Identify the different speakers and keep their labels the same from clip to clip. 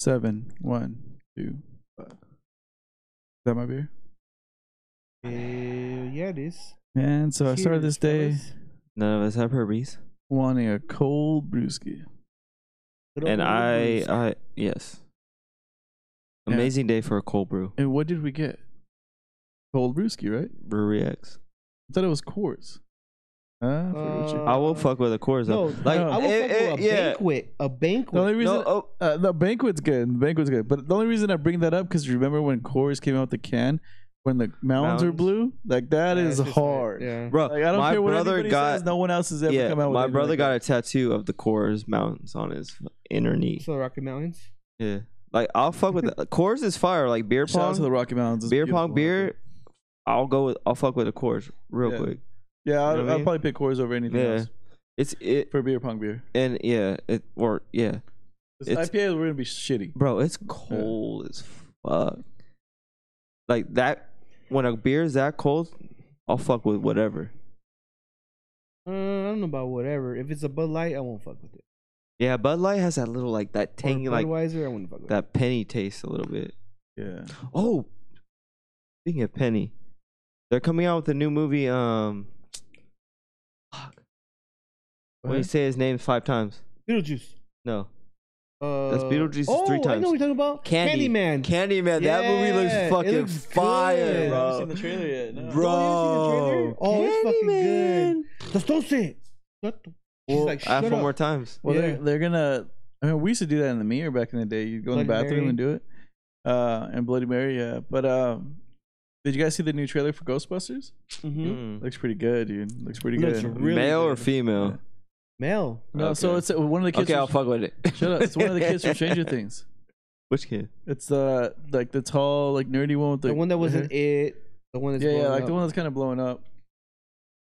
Speaker 1: Seven, one, two, five. Is that my beer?
Speaker 2: Uh, yeah, it is.
Speaker 1: And so I started this day
Speaker 2: Cheers, fellas.
Speaker 3: None of us have herpes.
Speaker 1: wanting a cold brewski.
Speaker 2: Good
Speaker 3: And
Speaker 2: old
Speaker 3: I,
Speaker 2: days.
Speaker 3: I, yes.
Speaker 1: Yeah.
Speaker 3: Amazing day for a cold brew.
Speaker 1: And what did we get? Cold brewski, right?
Speaker 3: Brewery X.
Speaker 1: I thought it was Coors. Huh? I forget what you-
Speaker 2: Uh,
Speaker 3: I will fuck with a Coors though.
Speaker 2: no,
Speaker 3: Like,
Speaker 1: no.
Speaker 2: I will
Speaker 3: it-
Speaker 2: fuck
Speaker 3: it-
Speaker 2: with a
Speaker 3: yeah.
Speaker 2: banquet. A
Speaker 1: the only
Speaker 2: banquet.
Speaker 1: reason
Speaker 3: No, oh,
Speaker 1: Uh, the banquet's good. The banquet's good. But the only reason I bring that up because remember when Coors came out with the can when the mountains, are
Speaker 3: Mountains?
Speaker 1: blue? Like that
Speaker 2: Yeah,
Speaker 1: is
Speaker 2: it's just
Speaker 1: hard.
Speaker 2: weird, Yeah.
Speaker 3: bro,
Speaker 1: Like I don't
Speaker 3: my
Speaker 1: care what
Speaker 3: brother
Speaker 1: anybody
Speaker 3: got.
Speaker 1: says. No one else has ever
Speaker 3: yeah,
Speaker 1: come out with
Speaker 3: my
Speaker 1: anything
Speaker 3: brother
Speaker 1: like
Speaker 3: got
Speaker 1: that.
Speaker 3: a tattoo of the Coors Mountains on his inner knee.
Speaker 2: So the Rocky Mountains.
Speaker 3: Yeah, like I'll fuck with that. Coors is fire. Like beer
Speaker 1: Shout out to the
Speaker 3: pong,
Speaker 1: Rocky Mountains. It's
Speaker 3: beer
Speaker 1: beautiful
Speaker 3: pong
Speaker 1: out
Speaker 3: beer.
Speaker 1: there.
Speaker 3: I'll go with. I'll fuck with a Coors real
Speaker 1: Yeah.
Speaker 3: quick.
Speaker 1: Yeah, I'll,
Speaker 3: know what I
Speaker 1: I'll
Speaker 3: mean?
Speaker 1: probably pick Coors over anything
Speaker 3: Yeah.
Speaker 1: else
Speaker 3: It's it
Speaker 1: for beer pong beer.
Speaker 3: and yeah it or yeah,
Speaker 1: 'Cause
Speaker 3: It's-
Speaker 1: IPAs were gonna be shitty.
Speaker 3: bro. It's cold as fuck. Like that when a beer is that cold, I'll fuck with whatever.
Speaker 2: Uh, I don't know about whatever. If it's a Bud Light, I won't fuck with it.
Speaker 3: Yeah, Bud Light has that little like that
Speaker 2: Or
Speaker 3: tangy like
Speaker 2: Budweiser, I wouldn't fuck with it.
Speaker 3: that penny taste a little bit.
Speaker 1: Yeah.
Speaker 3: Oh, speaking of penny, they're coming out with a new movie. Um, fuck. When you
Speaker 1: What?
Speaker 3: say his name five times,
Speaker 2: Beetlejuice.
Speaker 3: no,
Speaker 2: Uh,
Speaker 3: Beetlejuice
Speaker 2: oh,
Speaker 3: three
Speaker 2: I
Speaker 3: times.
Speaker 2: know what you're talking about.
Speaker 3: Candy
Speaker 2: Candyman.
Speaker 3: Candyman. That movie
Speaker 2: Yeah, it
Speaker 3: looks fucking
Speaker 2: looks
Speaker 3: fire,
Speaker 2: good.
Speaker 3: bro.
Speaker 2: I've
Speaker 1: the trailer yet. No.
Speaker 3: Bro.
Speaker 2: Oh, you haven't seen the trailer? Oh, it's fucking good. Just don't say it. Shut the- She's
Speaker 1: Well,
Speaker 2: like,
Speaker 3: I have
Speaker 2: shut
Speaker 3: four
Speaker 2: up.
Speaker 3: more times.
Speaker 1: Well,
Speaker 2: Yeah.
Speaker 1: they're, they're gonna. I mean, we used to do that in the mirror back in the day. You'd go in the
Speaker 2: Bloody
Speaker 1: bathroom
Speaker 2: Mary.
Speaker 1: and do it. Uh, and Bloody Mary, yeah. But um, did you guys see the new trailer for Ghostbusters?
Speaker 2: Mhm.
Speaker 3: Mm.
Speaker 1: Looks pretty good, dude. Looks pretty
Speaker 2: Looks
Speaker 1: good.
Speaker 2: really
Speaker 3: Male or
Speaker 2: good.
Speaker 3: female?
Speaker 2: Male.
Speaker 1: No, so
Speaker 3: Okay.
Speaker 1: it's uh, one of the kids.
Speaker 3: Okay, I'll
Speaker 1: from,
Speaker 3: fuck with it.
Speaker 1: shut up! It's one of the kids from Stranger Things.
Speaker 3: Which kid?
Speaker 1: It's uh like the tall, like nerdy one with the,
Speaker 2: The one that wasn't
Speaker 1: hair.
Speaker 2: it. The one that's
Speaker 1: yeah, yeah,
Speaker 2: blown
Speaker 1: like
Speaker 2: up.
Speaker 1: the one that's kind of blowing up.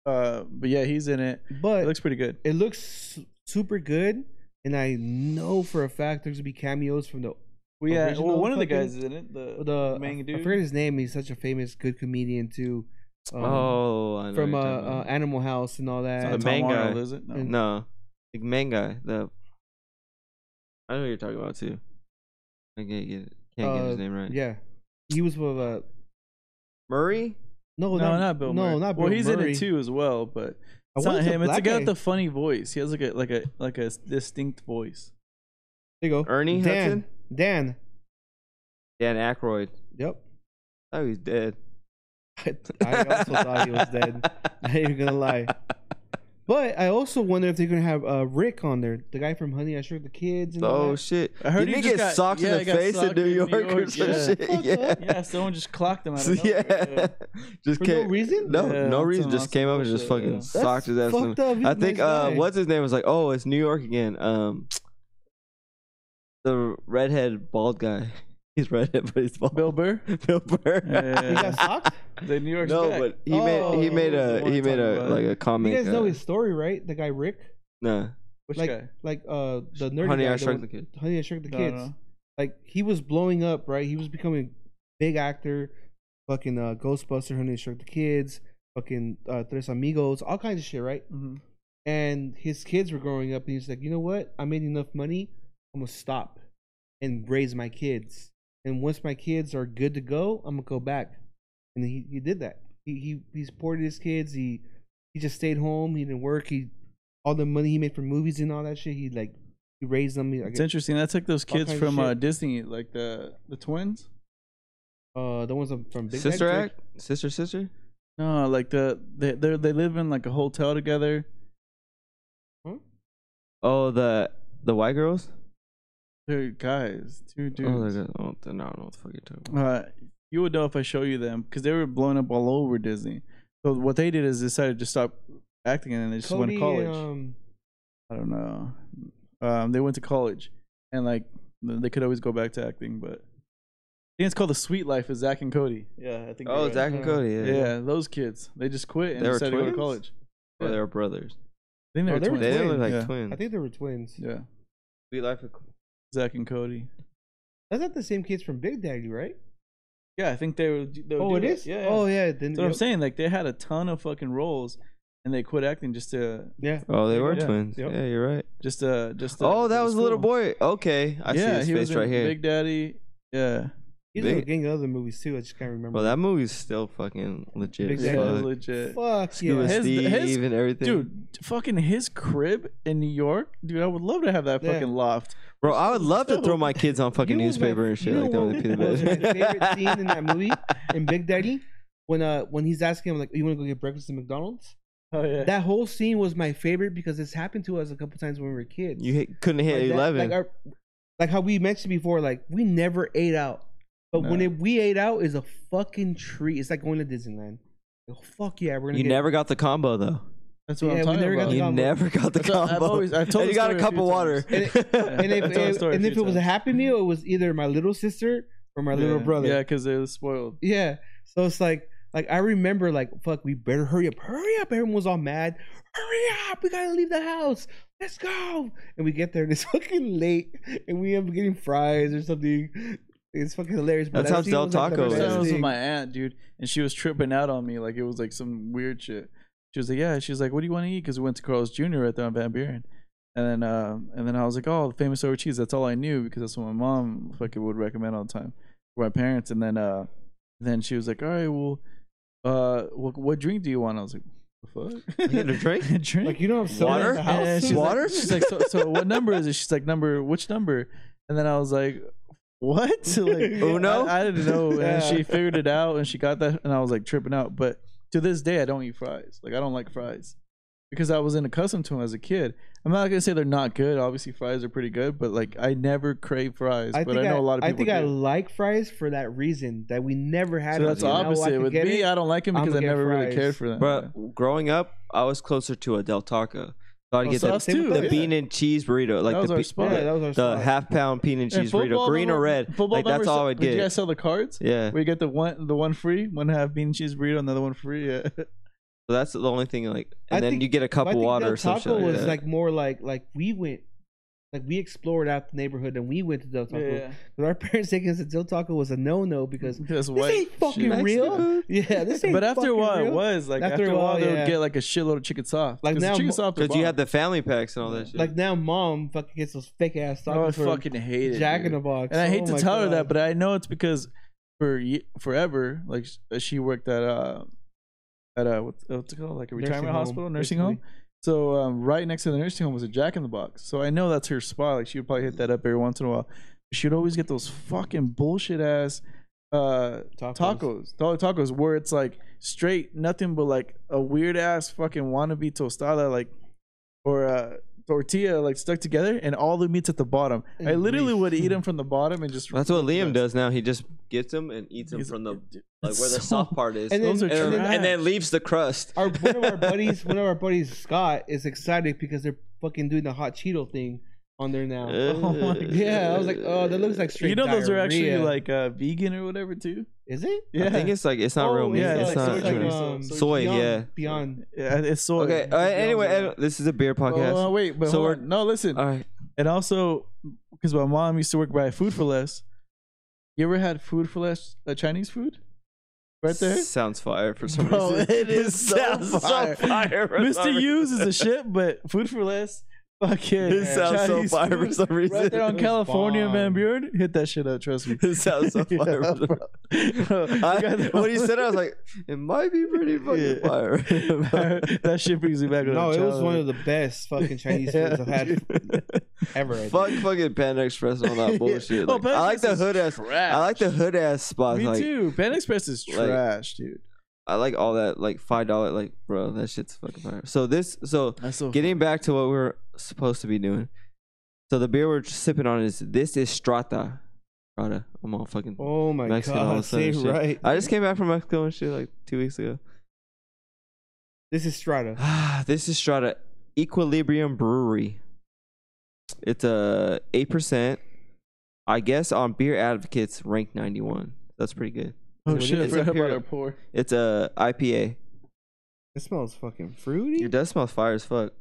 Speaker 1: Uh, but yeah, he's in it.
Speaker 2: But
Speaker 1: It looks pretty good.
Speaker 2: it looks su- super good, and I know for a fact there's gonna be cameos from the
Speaker 1: Well, yeah,
Speaker 2: Original
Speaker 1: well, one of the
Speaker 2: fucking-
Speaker 1: guys is in it. The,
Speaker 2: the
Speaker 1: main
Speaker 2: I
Speaker 1: dude.
Speaker 2: forget his name. He's such a famous good comedian too. um,
Speaker 3: oh, I know
Speaker 2: from uh,
Speaker 3: you're talking
Speaker 2: uh,
Speaker 3: about.
Speaker 2: Animal House and all
Speaker 1: It's
Speaker 2: that.
Speaker 1: not
Speaker 3: The
Speaker 1: Tom
Speaker 3: main guy.
Speaker 1: Arnold, is it? No.
Speaker 3: no, the main guy. The I know what you're talking about too. I can't get it. Can't get
Speaker 2: Uh,
Speaker 3: his name right.
Speaker 2: Yeah, he was with uh
Speaker 3: Murray.
Speaker 2: no
Speaker 1: no, not Bill.
Speaker 2: no
Speaker 1: Murray.
Speaker 2: not Bill
Speaker 1: Well, he's in
Speaker 2: Murray.
Speaker 1: it too as well, but
Speaker 2: I
Speaker 1: it's not
Speaker 2: wonder if the
Speaker 1: him. It's a
Speaker 2: black
Speaker 1: guy with
Speaker 2: guy-
Speaker 1: the funny voice. He has like a like a like a distinct voice.
Speaker 2: There you go.
Speaker 3: Ernie
Speaker 2: Dan.
Speaker 3: Hudson?
Speaker 2: Dan.
Speaker 3: Dan Aykroyd.
Speaker 2: Yep.
Speaker 3: Oh, he's dead.
Speaker 2: I also thought he was dead. Not even gonna lie. But I also wonder if they're gonna have uh, Rick on there, the guy from Honey I Shrunk the Kids. And all
Speaker 3: Oh
Speaker 2: that.
Speaker 3: shit!
Speaker 1: I heard
Speaker 3: Didn't
Speaker 1: he
Speaker 3: he
Speaker 1: just
Speaker 3: get
Speaker 1: got-
Speaker 3: socked
Speaker 1: yeah,
Speaker 3: in
Speaker 1: he
Speaker 3: the
Speaker 1: got
Speaker 3: face in
Speaker 1: socked
Speaker 3: New
Speaker 1: in New
Speaker 3: York, or
Speaker 1: York,
Speaker 3: some
Speaker 1: yeah.
Speaker 3: shit? Yeah.
Speaker 1: Yeah, someone just clocked him out
Speaker 3: So,
Speaker 1: of
Speaker 3: yeah.
Speaker 1: nowhere. Yeah.
Speaker 3: just
Speaker 2: For no
Speaker 3: came,
Speaker 2: reason?
Speaker 3: No,
Speaker 1: Yeah,
Speaker 3: no
Speaker 1: some
Speaker 3: reason. Just came up and
Speaker 1: awesome
Speaker 3: just fucking
Speaker 1: bullshit,
Speaker 2: That's
Speaker 3: socked his ass. in
Speaker 2: fucked
Speaker 3: the-
Speaker 2: up. He's
Speaker 3: I
Speaker 2: a
Speaker 3: think
Speaker 2: nice
Speaker 3: uh,
Speaker 2: guy.
Speaker 3: what's his name was like, oh, it's New York again. Um, the redhead bald guy. He's redhead, but he's bald.
Speaker 1: Bill Burr.
Speaker 3: Bill Burr.
Speaker 2: He got socked.
Speaker 1: The New York.
Speaker 3: no, but he made he
Speaker 2: Oh,
Speaker 3: made
Speaker 1: I
Speaker 3: a
Speaker 1: wanna
Speaker 3: he made
Speaker 1: talk
Speaker 3: a
Speaker 1: about
Speaker 3: like
Speaker 1: it.
Speaker 3: a uh,
Speaker 2: You
Speaker 3: comment.
Speaker 2: guys know his story, right? The guy Rick,
Speaker 3: Nah,
Speaker 1: which
Speaker 2: like
Speaker 1: guy?
Speaker 2: like uh the nerdy
Speaker 3: honey,
Speaker 2: guy,
Speaker 3: I
Speaker 2: the one-
Speaker 3: shrunk the kid.
Speaker 2: Honey I Shrunk the
Speaker 1: No,
Speaker 2: Kids.
Speaker 1: no.
Speaker 2: Like he was blowing up, right? He was becoming big actor, fucking uh, Ghostbuster, Honey I Shrunk the Kids, fucking uh, Tres Amigos, all kinds of shit, right?
Speaker 1: Mhm.
Speaker 2: And his kids were growing up, and he's like, you know what? I made enough money. I'm gonna stop and raise my kids. And once my kids are good to go, I'm gonna go back. And he, he did that. He he he supported his kids. He he just stayed home. He didn't work. He all the money he made from movies and all that shit. He like he raised them. He, like,
Speaker 1: It's interesting. That's like those
Speaker 2: All
Speaker 1: kids
Speaker 2: kinds of
Speaker 1: from uh,
Speaker 2: shit.
Speaker 1: Disney, like the the twins.
Speaker 2: uh, the ones from- from Big
Speaker 3: Sister
Speaker 2: Mac
Speaker 3: Act, sister, sister.
Speaker 1: No, like the they they they live in like a hotel together.
Speaker 3: Oh, the the white girls.
Speaker 1: They're guys, two dudes.
Speaker 3: Oh, they're, good. oh, they're not. I don't know what the fuck you're talking about.
Speaker 1: uh, you would know if I show you them because they were blown up all over Disney. So what they did is decided to stop acting and then they just went to
Speaker 2: Cody,
Speaker 1: college.
Speaker 2: um,
Speaker 1: I don't know. Um, they went to college and like they could always go back to acting, but I think it's called the Sweet Life of Zach and Cody. Yeah, I think.
Speaker 3: Oh,
Speaker 1: you're
Speaker 3: Zach
Speaker 1: right.
Speaker 3: and
Speaker 2: Yeah.
Speaker 3: Cody. Yeah,
Speaker 1: Yeah, those kids. They just quit and
Speaker 3: They were
Speaker 1: decided to go
Speaker 3: twins?
Speaker 1: to college.
Speaker 3: Or Oh, they were brothers.
Speaker 1: I think
Speaker 2: Oh,
Speaker 1: they're
Speaker 2: they were
Speaker 1: twins.
Speaker 3: They
Speaker 2: twins.
Speaker 3: look like
Speaker 1: yeah.
Speaker 3: twins.
Speaker 2: I think they were twins.
Speaker 1: Yeah,
Speaker 3: Sweet Life of
Speaker 1: Zach and Cody.
Speaker 2: That's not the same kids from Big Daddy, right?
Speaker 1: Yeah, I think they were. They would
Speaker 2: oh,
Speaker 1: do
Speaker 2: it
Speaker 1: that.
Speaker 2: is.
Speaker 1: Yeah. yeah.
Speaker 2: Oh, yeah. Then
Speaker 1: That's what I'm saying. Like they had a ton of fucking roles, and they quit acting just to
Speaker 2: Yeah.
Speaker 3: Oh, they were
Speaker 1: Yeah.
Speaker 3: twins.
Speaker 1: Yep.
Speaker 3: Yeah, you're right.
Speaker 1: just to just. To,
Speaker 3: oh, that
Speaker 1: to
Speaker 3: was the little
Speaker 1: school.
Speaker 3: boy. Okay, I
Speaker 1: yeah, he
Speaker 3: see his
Speaker 1: was
Speaker 3: face
Speaker 1: in
Speaker 3: right here.
Speaker 1: Big Daddy. Yeah,
Speaker 2: He's in a
Speaker 3: Big-
Speaker 2: gang of other movies too. I just can't remember.
Speaker 3: Well, that movie's still fucking legit.
Speaker 2: Big
Speaker 3: as
Speaker 1: yeah,
Speaker 2: Daddy.
Speaker 3: fuck.
Speaker 1: legit.
Speaker 2: Fuck
Speaker 3: Scuba
Speaker 2: yeah.
Speaker 1: His-
Speaker 3: Steve
Speaker 1: his-
Speaker 3: and everything.
Speaker 1: Dude, fucking his crib in New York, dude. I would love to have that
Speaker 2: Yeah.
Speaker 1: fucking loft.
Speaker 3: bro, I would love to
Speaker 1: so-
Speaker 3: throw my kids on fucking
Speaker 2: You know
Speaker 3: newspaper
Speaker 2: what-
Speaker 3: and shit
Speaker 2: you
Speaker 3: like that.
Speaker 2: know
Speaker 3: Would be the
Speaker 2: what was
Speaker 3: best.
Speaker 2: my favorite scene in that movie in Big Daddy when uh when he's asking him like, "You want to go get breakfast at McDonald's?"
Speaker 1: Oh yeah,
Speaker 2: That whole scene was my favorite because it's happened to us a couple times when we were kids.
Speaker 3: You hit, couldn't hit
Speaker 2: Like that-
Speaker 3: eleven.
Speaker 2: like, our, like how we mentioned before, like we never ate out, but when
Speaker 1: No.
Speaker 2: it, we ate out is a fucking treat. It's like going to Disneyland. Oh, fuck yeah, we're gonna.
Speaker 3: you
Speaker 2: get,
Speaker 3: never got the combo though.
Speaker 1: that's what
Speaker 2: yeah, we
Speaker 1: I'm talking
Speaker 2: never got
Speaker 1: about.
Speaker 2: the
Speaker 3: You
Speaker 2: combo.
Speaker 3: never got the
Speaker 1: That's- I've
Speaker 3: combo.
Speaker 1: always- I've told
Speaker 3: and
Speaker 1: the
Speaker 3: you got a
Speaker 1: story a
Speaker 3: cup
Speaker 1: few
Speaker 3: of water.
Speaker 1: times.
Speaker 2: And if,
Speaker 1: I told the
Speaker 2: and,
Speaker 1: story a
Speaker 2: and if
Speaker 1: few
Speaker 2: it was a
Speaker 1: times.
Speaker 2: Happy Meal, it was either my little sister or my little
Speaker 1: Yeah,
Speaker 2: brother.
Speaker 1: Yeah, because they were spoiled.
Speaker 2: Yeah. So it's like like I remember like fuck we better hurry up, hurry up. Everyone was all mad. Hurry up, we gotta leave the house. Let's go. And we get there and it's fucking late and we end up getting fries or something. It's fucking hilarious.
Speaker 3: That's
Speaker 2: that
Speaker 3: how
Speaker 2: scene
Speaker 3: Del
Speaker 2: was, like, the
Speaker 3: Taco
Speaker 1: First
Speaker 2: best
Speaker 3: is.
Speaker 1: time I was with
Speaker 2: thing.
Speaker 1: my aunt, dude, and she was tripping out on me like it was like some weird shit. She was like, "Yeah," she was like, "What do you want to eat?" Because we went to Carl's Jr. right there on Van Buren, and then um, and then I was like, "Oh, the famous over cheese." That's all I knew because that's what my mom fucking would recommend all the time for my parents. And then uh, then she was like, "All right, well, uh, what, what drink do you want?" I was like, "The fuck?"
Speaker 3: You had a drink?
Speaker 1: a drink?
Speaker 2: like you know I'm so
Speaker 3: Water?
Speaker 2: at the house.
Speaker 1: And she's
Speaker 3: Water?
Speaker 1: Like, she's like, so, so what number is it? She's like, number, which number? And then I was like, what? Like,
Speaker 3: Uno?
Speaker 1: I, I didn't know.
Speaker 2: Yeah.
Speaker 1: And she figured it out and she got that. And I was like tripping out. But to this day, I don't eat fries. Like, I don't like fries because I wasn't accustomed to them as a kid. I'm not going to say they're not good. Obviously, fries are pretty good, but like, I never crave fries.
Speaker 2: I
Speaker 1: but
Speaker 2: think
Speaker 1: I know a lot of
Speaker 2: I
Speaker 1: people
Speaker 2: think
Speaker 1: do.
Speaker 2: I like fries for that reason that we never had.
Speaker 1: so
Speaker 2: it.
Speaker 1: that's
Speaker 2: You know, I
Speaker 1: opposite.
Speaker 2: could
Speaker 1: With
Speaker 2: get
Speaker 1: me,
Speaker 2: it.
Speaker 1: I don't like them
Speaker 2: I'ma
Speaker 1: because I
Speaker 2: get
Speaker 1: never really
Speaker 2: fries.
Speaker 1: cared for them.
Speaker 3: But growing up, I was closer to a Del Taco. So I'd
Speaker 1: Oh,
Speaker 3: get
Speaker 1: so
Speaker 3: the,
Speaker 1: us too,
Speaker 3: the
Speaker 1: yeah.
Speaker 3: bean and cheese burrito, like
Speaker 1: That was
Speaker 3: the,
Speaker 1: our
Speaker 3: be-
Speaker 1: spot.
Speaker 2: yeah,
Speaker 3: the,
Speaker 2: that was our
Speaker 3: the
Speaker 2: spot.
Speaker 3: half pound bean and
Speaker 1: And
Speaker 3: cheese burrito, green
Speaker 1: remember-
Speaker 3: or red.
Speaker 1: Football
Speaker 3: Like that's
Speaker 1: remember-
Speaker 3: all I'd
Speaker 1: Did you guys
Speaker 3: get.
Speaker 1: sell the cards?
Speaker 3: Yeah,
Speaker 1: We get the one, the one free, one half bean and cheese burrito, another one free. Yeah.
Speaker 3: so that's the only thing. Like, and
Speaker 2: I
Speaker 3: then
Speaker 2: think-
Speaker 3: you get a cup
Speaker 2: But I
Speaker 3: of
Speaker 2: think
Speaker 3: water
Speaker 2: Del
Speaker 3: or some shit
Speaker 2: Taco
Speaker 3: like
Speaker 2: was
Speaker 3: that.
Speaker 2: like more like like we went, like we explored out the neighborhood and we went to Del Taco. But our parents taking us to Del Taco was a no no because
Speaker 1: Because
Speaker 2: this
Speaker 1: white
Speaker 2: ain't fucking
Speaker 1: shit.
Speaker 2: real. yeah, this ain't.
Speaker 1: But after a
Speaker 2: fucking
Speaker 1: while,
Speaker 2: real.
Speaker 1: it was like after,
Speaker 2: After a
Speaker 1: a while,
Speaker 2: while,
Speaker 1: they
Speaker 2: yeah.
Speaker 1: would get like a shitload of chicken soft.
Speaker 2: Like
Speaker 1: 'Cause the
Speaker 2: now
Speaker 1: chicken
Speaker 2: mo-
Speaker 1: soft. are
Speaker 3: because you
Speaker 1: bomb.
Speaker 3: had the family packs and all that shit.
Speaker 2: like now, mom fucking gets those fake ass tacos
Speaker 1: Oh, I
Speaker 2: from
Speaker 1: fucking hate it.
Speaker 2: Jack in
Speaker 1: dude.
Speaker 2: the Box,
Speaker 1: And I hate
Speaker 2: Oh
Speaker 1: to
Speaker 2: my
Speaker 1: tell her that,
Speaker 2: God.
Speaker 1: but I know it's because for ye- forever, like sh- she worked at uh at a what's, uh, what's it called, like a
Speaker 2: Nursing
Speaker 1: retirement
Speaker 2: home,
Speaker 1: hospital, nursing home.
Speaker 2: basically.
Speaker 1: So um, right next to the nursing home was a Jack in the Box. So I know that's her spot. Like she would probably hit that up every once in a while. She would always get those fucking bullshit ass uh tacos, dollar tacos, where it's like straight nothing but like a weird ass fucking wannabe tostada, like or uh tortilla like stuck together, and all the meats at the bottom. I
Speaker 2: Mm,
Speaker 1: literally
Speaker 2: nice.
Speaker 1: would eat them from the bottom and just.
Speaker 3: that's what Liam does now. He just gets them and eats them
Speaker 1: He's-
Speaker 3: from the
Speaker 1: dude,
Speaker 3: like
Speaker 1: it's
Speaker 3: where the
Speaker 1: so-
Speaker 3: soft part is,
Speaker 2: And
Speaker 3: and
Speaker 2: then-
Speaker 3: then,
Speaker 1: Those are
Speaker 2: and then-
Speaker 1: trash.
Speaker 3: and then leaves the crust.
Speaker 2: Our one of our buddies, one of our buddies, Scott, is excited because they're fucking doing the hot Cheeto thing on there now.
Speaker 1: Oh my
Speaker 3: Uh,
Speaker 2: Yeah, I was like, oh, that looks like straight.
Speaker 1: You know those are actually
Speaker 2: diarrhea.
Speaker 1: like uh, vegan or whatever too.
Speaker 2: is it?
Speaker 1: Yeah,
Speaker 3: I think it's like it's not
Speaker 2: Oh,
Speaker 3: real meat.
Speaker 1: yeah,
Speaker 3: it's,
Speaker 1: it's
Speaker 3: not.
Speaker 1: like uh, soy
Speaker 3: true.
Speaker 1: cream. soy-
Speaker 3: soy,
Speaker 2: um, beyond,
Speaker 3: yeah.
Speaker 2: beyond.
Speaker 1: yeah, it's soy.
Speaker 3: okay. all right, anyway, I- this is a beer podcast.
Speaker 1: Oh, wait, but
Speaker 3: So
Speaker 1: hold
Speaker 3: we're- Uh.
Speaker 1: on. no, listen.
Speaker 3: all right,
Speaker 1: And also, because my mom used to work by Food for Less. You ever had Food for Less uh, Chinese food? Right there,
Speaker 3: Sounds fire for some
Speaker 1: Bro,
Speaker 3: reason.
Speaker 1: it is so fire.
Speaker 3: for some
Speaker 1: Mr.
Speaker 3: reason.
Speaker 1: Hughes is a shit, but Food for Less, fucking.
Speaker 3: It sounds so
Speaker 1: Chinese
Speaker 3: fire
Speaker 1: food.
Speaker 3: for some reason.
Speaker 1: Right there on
Speaker 2: It was
Speaker 1: California and Van
Speaker 2: bomb.
Speaker 1: Buren, hit that shit up. Trust me.
Speaker 3: It sounds so fire.
Speaker 1: Yeah, bro.
Speaker 3: for-
Speaker 1: Bro, you got
Speaker 3: I,
Speaker 1: that-
Speaker 3: when he said, it, I was like, "It might be pretty fucking
Speaker 1: Yeah.
Speaker 3: fire."
Speaker 1: that shit brings me back. to
Speaker 2: No,
Speaker 1: that
Speaker 2: it was one of
Speaker 1: childhood.
Speaker 2: the best fucking Chinese foods I've had ever. I think.
Speaker 3: Fuck fucking Panda Express and all that bullshit.
Speaker 1: Oh,
Speaker 3: Like,
Speaker 1: Panda
Speaker 3: I like the
Speaker 1: Express is
Speaker 3: hood ass. I like the hood ass spots.
Speaker 1: Me
Speaker 3: like
Speaker 1: too. Pan Express is
Speaker 3: like-
Speaker 1: trash, dude.
Speaker 3: I like all that like five dollar like bro that shit's fucking fire. So this so
Speaker 1: That's so
Speaker 3: getting back to what we are supposed to be doing. So the beer we're sipping on is this is Strata. Strata. I'm all fucking.
Speaker 2: Oh my
Speaker 3: Mexican all of a
Speaker 2: god, say
Speaker 3: sudden shit. Ah.
Speaker 2: right.
Speaker 3: I just came back from Mexico and shit like two weeks ago.
Speaker 2: This is Strata.
Speaker 3: Ah, this is Strata Equilibrium Brewery. It's a eight percent. I guess on Beer Advocates ranked ninety one. That's pretty good.
Speaker 1: Oh
Speaker 3: It's
Speaker 1: shit! I
Speaker 3: a
Speaker 1: forgot about
Speaker 3: pure-
Speaker 1: our pour.
Speaker 3: It's a IPA.
Speaker 2: It smells fucking fruity.
Speaker 3: It does smell fire as fuck.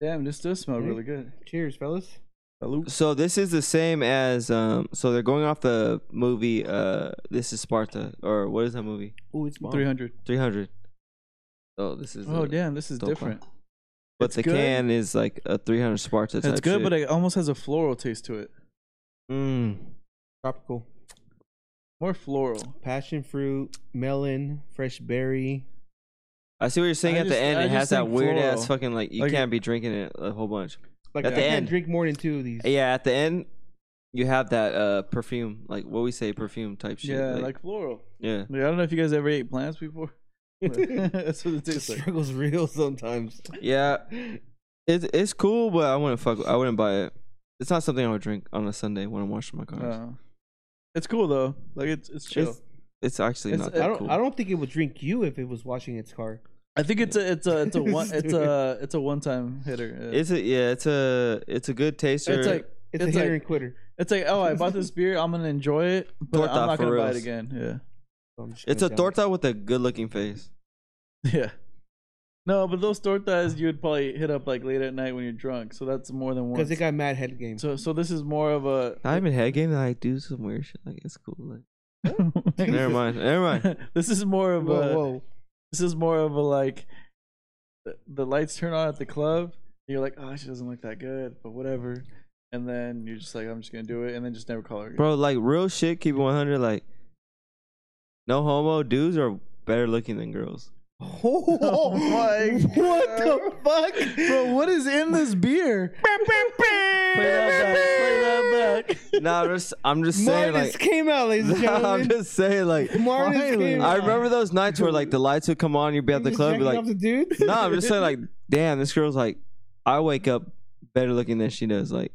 Speaker 1: Damn, this does smell
Speaker 2: Hmm?
Speaker 1: really good.
Speaker 2: Cheers, fellas.
Speaker 1: Salute.
Speaker 3: So this is the same as um. So they're going off the movie. Uh, this is Sparta or what is that movie?
Speaker 2: Oh, it's bomb.
Speaker 1: Three hundred.
Speaker 3: Three hundred. Oh, this is.
Speaker 1: Oh
Speaker 3: a-
Speaker 1: damn, this is
Speaker 3: Don't
Speaker 1: different.
Speaker 3: But
Speaker 1: It's
Speaker 3: the
Speaker 1: good.
Speaker 3: can is like a 300 Sparta type.
Speaker 1: It's good,
Speaker 3: shit.
Speaker 1: but it almost has a floral taste to it.
Speaker 3: Mm.
Speaker 2: Tropical.
Speaker 1: More floral.
Speaker 2: Passion fruit, melon, fresh berry.
Speaker 3: I see what you're saying
Speaker 1: I
Speaker 3: at the
Speaker 1: just-
Speaker 3: end.
Speaker 1: I
Speaker 3: it
Speaker 1: just
Speaker 3: has that
Speaker 1: think
Speaker 3: weird
Speaker 1: floral.
Speaker 3: ass fucking like you
Speaker 1: Like-
Speaker 3: can't be drinking it a whole bunch.
Speaker 2: Like
Speaker 3: At
Speaker 2: I
Speaker 3: the
Speaker 2: can't
Speaker 3: end.
Speaker 2: drink more than two of these.
Speaker 3: Yeah, at the end, you have that uh perfume, like what we say, perfume type shit.
Speaker 1: yeah, like, floral.
Speaker 3: yeah.
Speaker 1: Like, I don't know if you guys ever ate plants before. but that's what it
Speaker 2: The
Speaker 1: tastes like.
Speaker 2: struggle's real sometimes.
Speaker 3: Yeah, it's it's cool, but I wouldn't fuck. I wouldn't buy it. It's not something I would drink on a Sunday when I'm washing my cars.
Speaker 1: Uh, it's cool though. Like it's it's chill.
Speaker 3: It's, it's actually
Speaker 1: It's-
Speaker 3: not
Speaker 1: it-
Speaker 3: that
Speaker 2: I don't.
Speaker 3: cool.
Speaker 2: I don't think it would drink you if it was washing its car.
Speaker 1: I think it's a it's a it's a one it's
Speaker 2: Stupid.
Speaker 1: a it's a one time hitter. Yeah.
Speaker 3: It's a yeah. It's a it's a good taster.
Speaker 1: it's like
Speaker 2: It's,
Speaker 1: It's
Speaker 2: a hitter
Speaker 1: like-
Speaker 2: and quitter.
Speaker 1: it's like oh I bought this beer I'm gonna enjoy it but
Speaker 3: Torta,
Speaker 1: I'm not
Speaker 3: for
Speaker 1: gonna buy it
Speaker 3: reals.
Speaker 1: again.
Speaker 2: So Oh, I'm just
Speaker 3: it's a
Speaker 2: gonna down
Speaker 3: torta with a good looking face.
Speaker 1: Yeah yeah. No, but those tortas you would probably hit up like late at night when you're drunk. So that's more than
Speaker 2: it.
Speaker 1: one.
Speaker 2: because it got mad head game.
Speaker 1: So so this is more of a.
Speaker 3: I haven't had game that I do some weird shit. Like it's cool. Like never mind. Never mind.
Speaker 1: this is more
Speaker 2: whoa,
Speaker 1: of a.
Speaker 2: whoa.
Speaker 1: This is more of a like. The, the lights turn on at the club. And you're like, oh, she doesn't look that good, but whatever. And then you're just like, I'm just gonna do it, and then just never call her again.
Speaker 3: Bro, like real shit, keep it 100. Like, no homo, dudes are better looking than girls.
Speaker 1: Oh my
Speaker 2: What the
Speaker 1: God.
Speaker 2: fuck,
Speaker 1: Bro, what is in this beer? Play that back. Play that back.
Speaker 3: Nah, I'm just, I'm just saying,
Speaker 2: Martis
Speaker 3: like,
Speaker 2: came out, ladies and
Speaker 3: nah, I'm
Speaker 2: gentlemen.
Speaker 3: just saying, like,
Speaker 2: Martis
Speaker 1: Finally.
Speaker 2: came
Speaker 3: I
Speaker 2: out.
Speaker 3: remember those nights where, like, the lights would come on, you'd be at the
Speaker 2: Just
Speaker 3: club, and be
Speaker 2: jacking
Speaker 3: like,
Speaker 2: off the dude.
Speaker 3: no, nah, I'm just saying, like, damn, this girl's like, I wake up better looking than she does, like,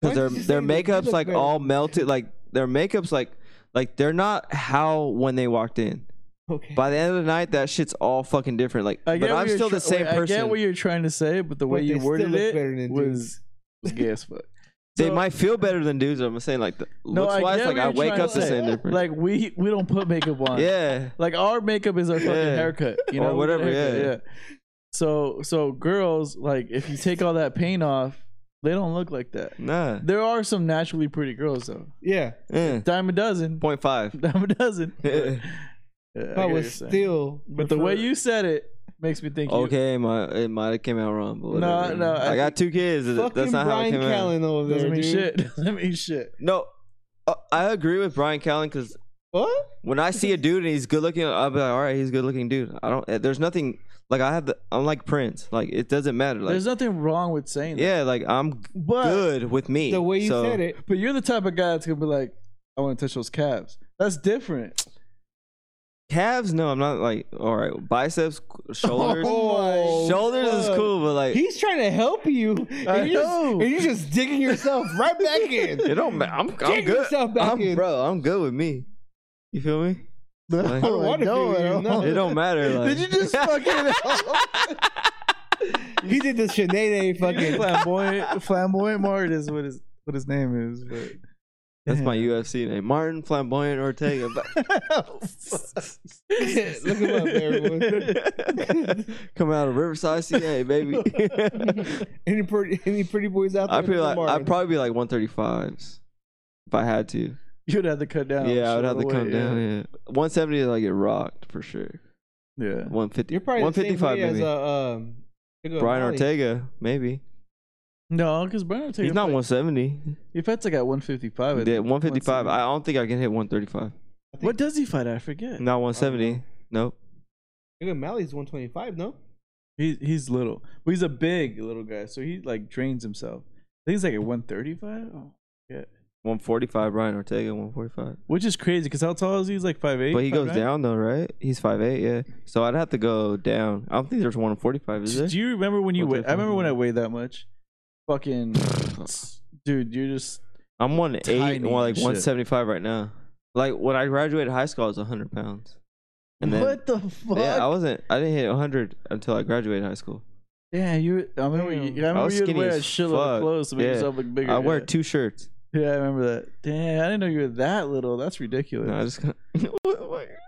Speaker 2: Why
Speaker 3: because their
Speaker 2: did you
Speaker 3: their
Speaker 2: say that you
Speaker 3: makeup's
Speaker 2: look
Speaker 3: like
Speaker 2: better?
Speaker 3: all melted, like their makeup's like, like they're not how when they walked in.
Speaker 2: Okay.
Speaker 3: By the end of the night, that shit's all fucking different.
Speaker 1: I
Speaker 3: Like, but
Speaker 1: get what
Speaker 3: I'm
Speaker 1: you're
Speaker 3: still
Speaker 1: try-
Speaker 3: the same
Speaker 1: wait,
Speaker 3: person.
Speaker 1: I get what you're trying to say, but the way
Speaker 2: But they
Speaker 1: you
Speaker 2: still
Speaker 1: worded
Speaker 2: look better than
Speaker 1: it was
Speaker 2: dudes.
Speaker 1: was gay as fuck.
Speaker 3: they
Speaker 1: So,
Speaker 3: might feel better than dudes. I'm saying like the
Speaker 1: No,
Speaker 3: looks
Speaker 1: I
Speaker 3: wise,
Speaker 1: get
Speaker 3: like
Speaker 1: what
Speaker 3: I
Speaker 1: you're
Speaker 3: wake
Speaker 1: trying
Speaker 3: up
Speaker 1: to
Speaker 3: the
Speaker 1: say.
Speaker 3: same different.
Speaker 1: like we we don't put makeup on.
Speaker 3: yeah,
Speaker 1: Like our makeup is our fucking
Speaker 3: Yeah.
Speaker 1: haircut, you know, We get a
Speaker 3: Or whatever,
Speaker 1: haircut,
Speaker 3: yeah.
Speaker 1: So so girls, like if you take all that paint off, they don't look like that.
Speaker 3: nah,
Speaker 1: There are some naturally pretty girls though.
Speaker 2: yeah,
Speaker 3: eh.
Speaker 1: Dime a dozen.
Speaker 3: point five.
Speaker 1: Dime a dozen. But, yeah,
Speaker 3: Eh.
Speaker 1: I get
Speaker 2: I
Speaker 1: what you're
Speaker 2: was
Speaker 1: saying.
Speaker 2: still.
Speaker 1: But the way
Speaker 2: refer-
Speaker 1: you said it makes me think. you-
Speaker 3: Okay, my it might have came out wrong, but
Speaker 1: No,
Speaker 3: whatever.
Speaker 1: no, I
Speaker 3: I, got two kids. That's
Speaker 2: fucking
Speaker 3: not how it
Speaker 2: Brian
Speaker 3: came out.
Speaker 2: Callen over there,
Speaker 1: doesn't mean
Speaker 2: dude.
Speaker 1: shit. Doesn't mean shit.
Speaker 3: No, uh, I agree with Brian Callen because
Speaker 2: What?
Speaker 3: when I see a dude and he's good looking, I'll be like, all right, he's a good looking dude. I don't. eh, There's nothing like I have. The, I'm like Prince. Like it doesn't matter. Like
Speaker 1: There's nothing wrong with saying that.
Speaker 3: yeah, like I'm
Speaker 1: But
Speaker 3: good with me.
Speaker 2: The way you
Speaker 3: so-
Speaker 2: said it.
Speaker 1: but you're the type of guy that's gonna be like, I want to touch those calves. That's different.
Speaker 3: Calves? No, I'm not like all right. Biceps, shoulders.
Speaker 2: Oh,
Speaker 3: shoulders is
Speaker 2: fuck.
Speaker 3: cool, but like
Speaker 2: He's trying to help you. And
Speaker 1: I
Speaker 2: you're just-
Speaker 1: know.
Speaker 2: and you're just digging yourself right back in.
Speaker 3: it don't. ma- I'm, I'm
Speaker 2: Dig
Speaker 3: good.
Speaker 2: yourself back
Speaker 3: I'm,
Speaker 2: in.
Speaker 3: bro, I'm good with me. You feel me? I don't
Speaker 2: wanna
Speaker 1: No,
Speaker 2: feel
Speaker 1: I
Speaker 2: you,
Speaker 1: don't.
Speaker 2: no.
Speaker 3: It don't matter. Like,
Speaker 1: Did you just fucking
Speaker 2: He did the Sinead fucking.
Speaker 1: flamboyant? Flamboyant Mart is what his what his name is. But
Speaker 3: That's my UFC name, Martin Flamboyant Ortega. but-
Speaker 2: Look him up, everyone.
Speaker 3: Coming out of Riverside, CA, baby.
Speaker 2: Any pretty, any pretty boys out there?
Speaker 3: I'd be
Speaker 2: look at
Speaker 3: like,
Speaker 2: Marvin.
Speaker 3: I'd probably be like 135s if I had to.
Speaker 1: you'd have to cut down.
Speaker 3: yeah, I would
Speaker 1: shit
Speaker 3: have to
Speaker 1: away,
Speaker 3: come down. Yeah, 170 is I get rocked for sure.
Speaker 1: Yeah. yeah.
Speaker 3: 150,
Speaker 2: You're probably
Speaker 3: 155
Speaker 2: the same
Speaker 3: maybe.
Speaker 2: way as uh, um, Sugar
Speaker 3: Brian
Speaker 2: Molly.
Speaker 3: Ortega, maybe.
Speaker 1: No, because Brian Ortega.
Speaker 3: He's not
Speaker 1: fight-
Speaker 3: 170.
Speaker 1: He fights like at 155. I
Speaker 3: Yeah,
Speaker 1: think.
Speaker 3: 155.
Speaker 1: 170.
Speaker 3: I don't think I can hit 135.
Speaker 1: what does he fight? I forget.
Speaker 3: Not 170. Nope.
Speaker 2: Sugar Mally's 125, no?
Speaker 1: He's he's little, but he's a big little guy, so he like drains himself. I think he's like at 135. Oh.
Speaker 3: 145. Brian Ortega, 145.
Speaker 1: Which is crazy because how tall is he? He's like five eight.
Speaker 3: But he goes down though, right? He's 5'8", yeah. So I'd have to go down. I don't think there's 145, is there?
Speaker 1: Do you remember when you
Speaker 3: What the
Speaker 1: weighed? I remember when I
Speaker 3: fuck?
Speaker 1: weighed that much. Fucking dude, you're just
Speaker 3: I'm 180,
Speaker 1: Tiny
Speaker 3: more like
Speaker 1: shit.
Speaker 3: 175 right now. Like when I graduated high school, I was 100 pounds. And then,
Speaker 1: what the fuck?
Speaker 3: Yeah, I wasn't. I didn't hit 100 until I graduated high school.
Speaker 1: Yeah, you. I remember. You, I
Speaker 2: Damn.
Speaker 1: remember
Speaker 3: I was
Speaker 1: you would
Speaker 3: skinny
Speaker 1: wear a
Speaker 3: as
Speaker 1: shitload
Speaker 3: fuck.
Speaker 1: of clothes to make
Speaker 3: Yeah.
Speaker 1: yourself look bigger.
Speaker 3: I wear
Speaker 1: yeah.
Speaker 3: two shirts.
Speaker 1: Yeah, I remember that. Damn, I didn't know you were that little. That's ridiculous.
Speaker 3: No, I just.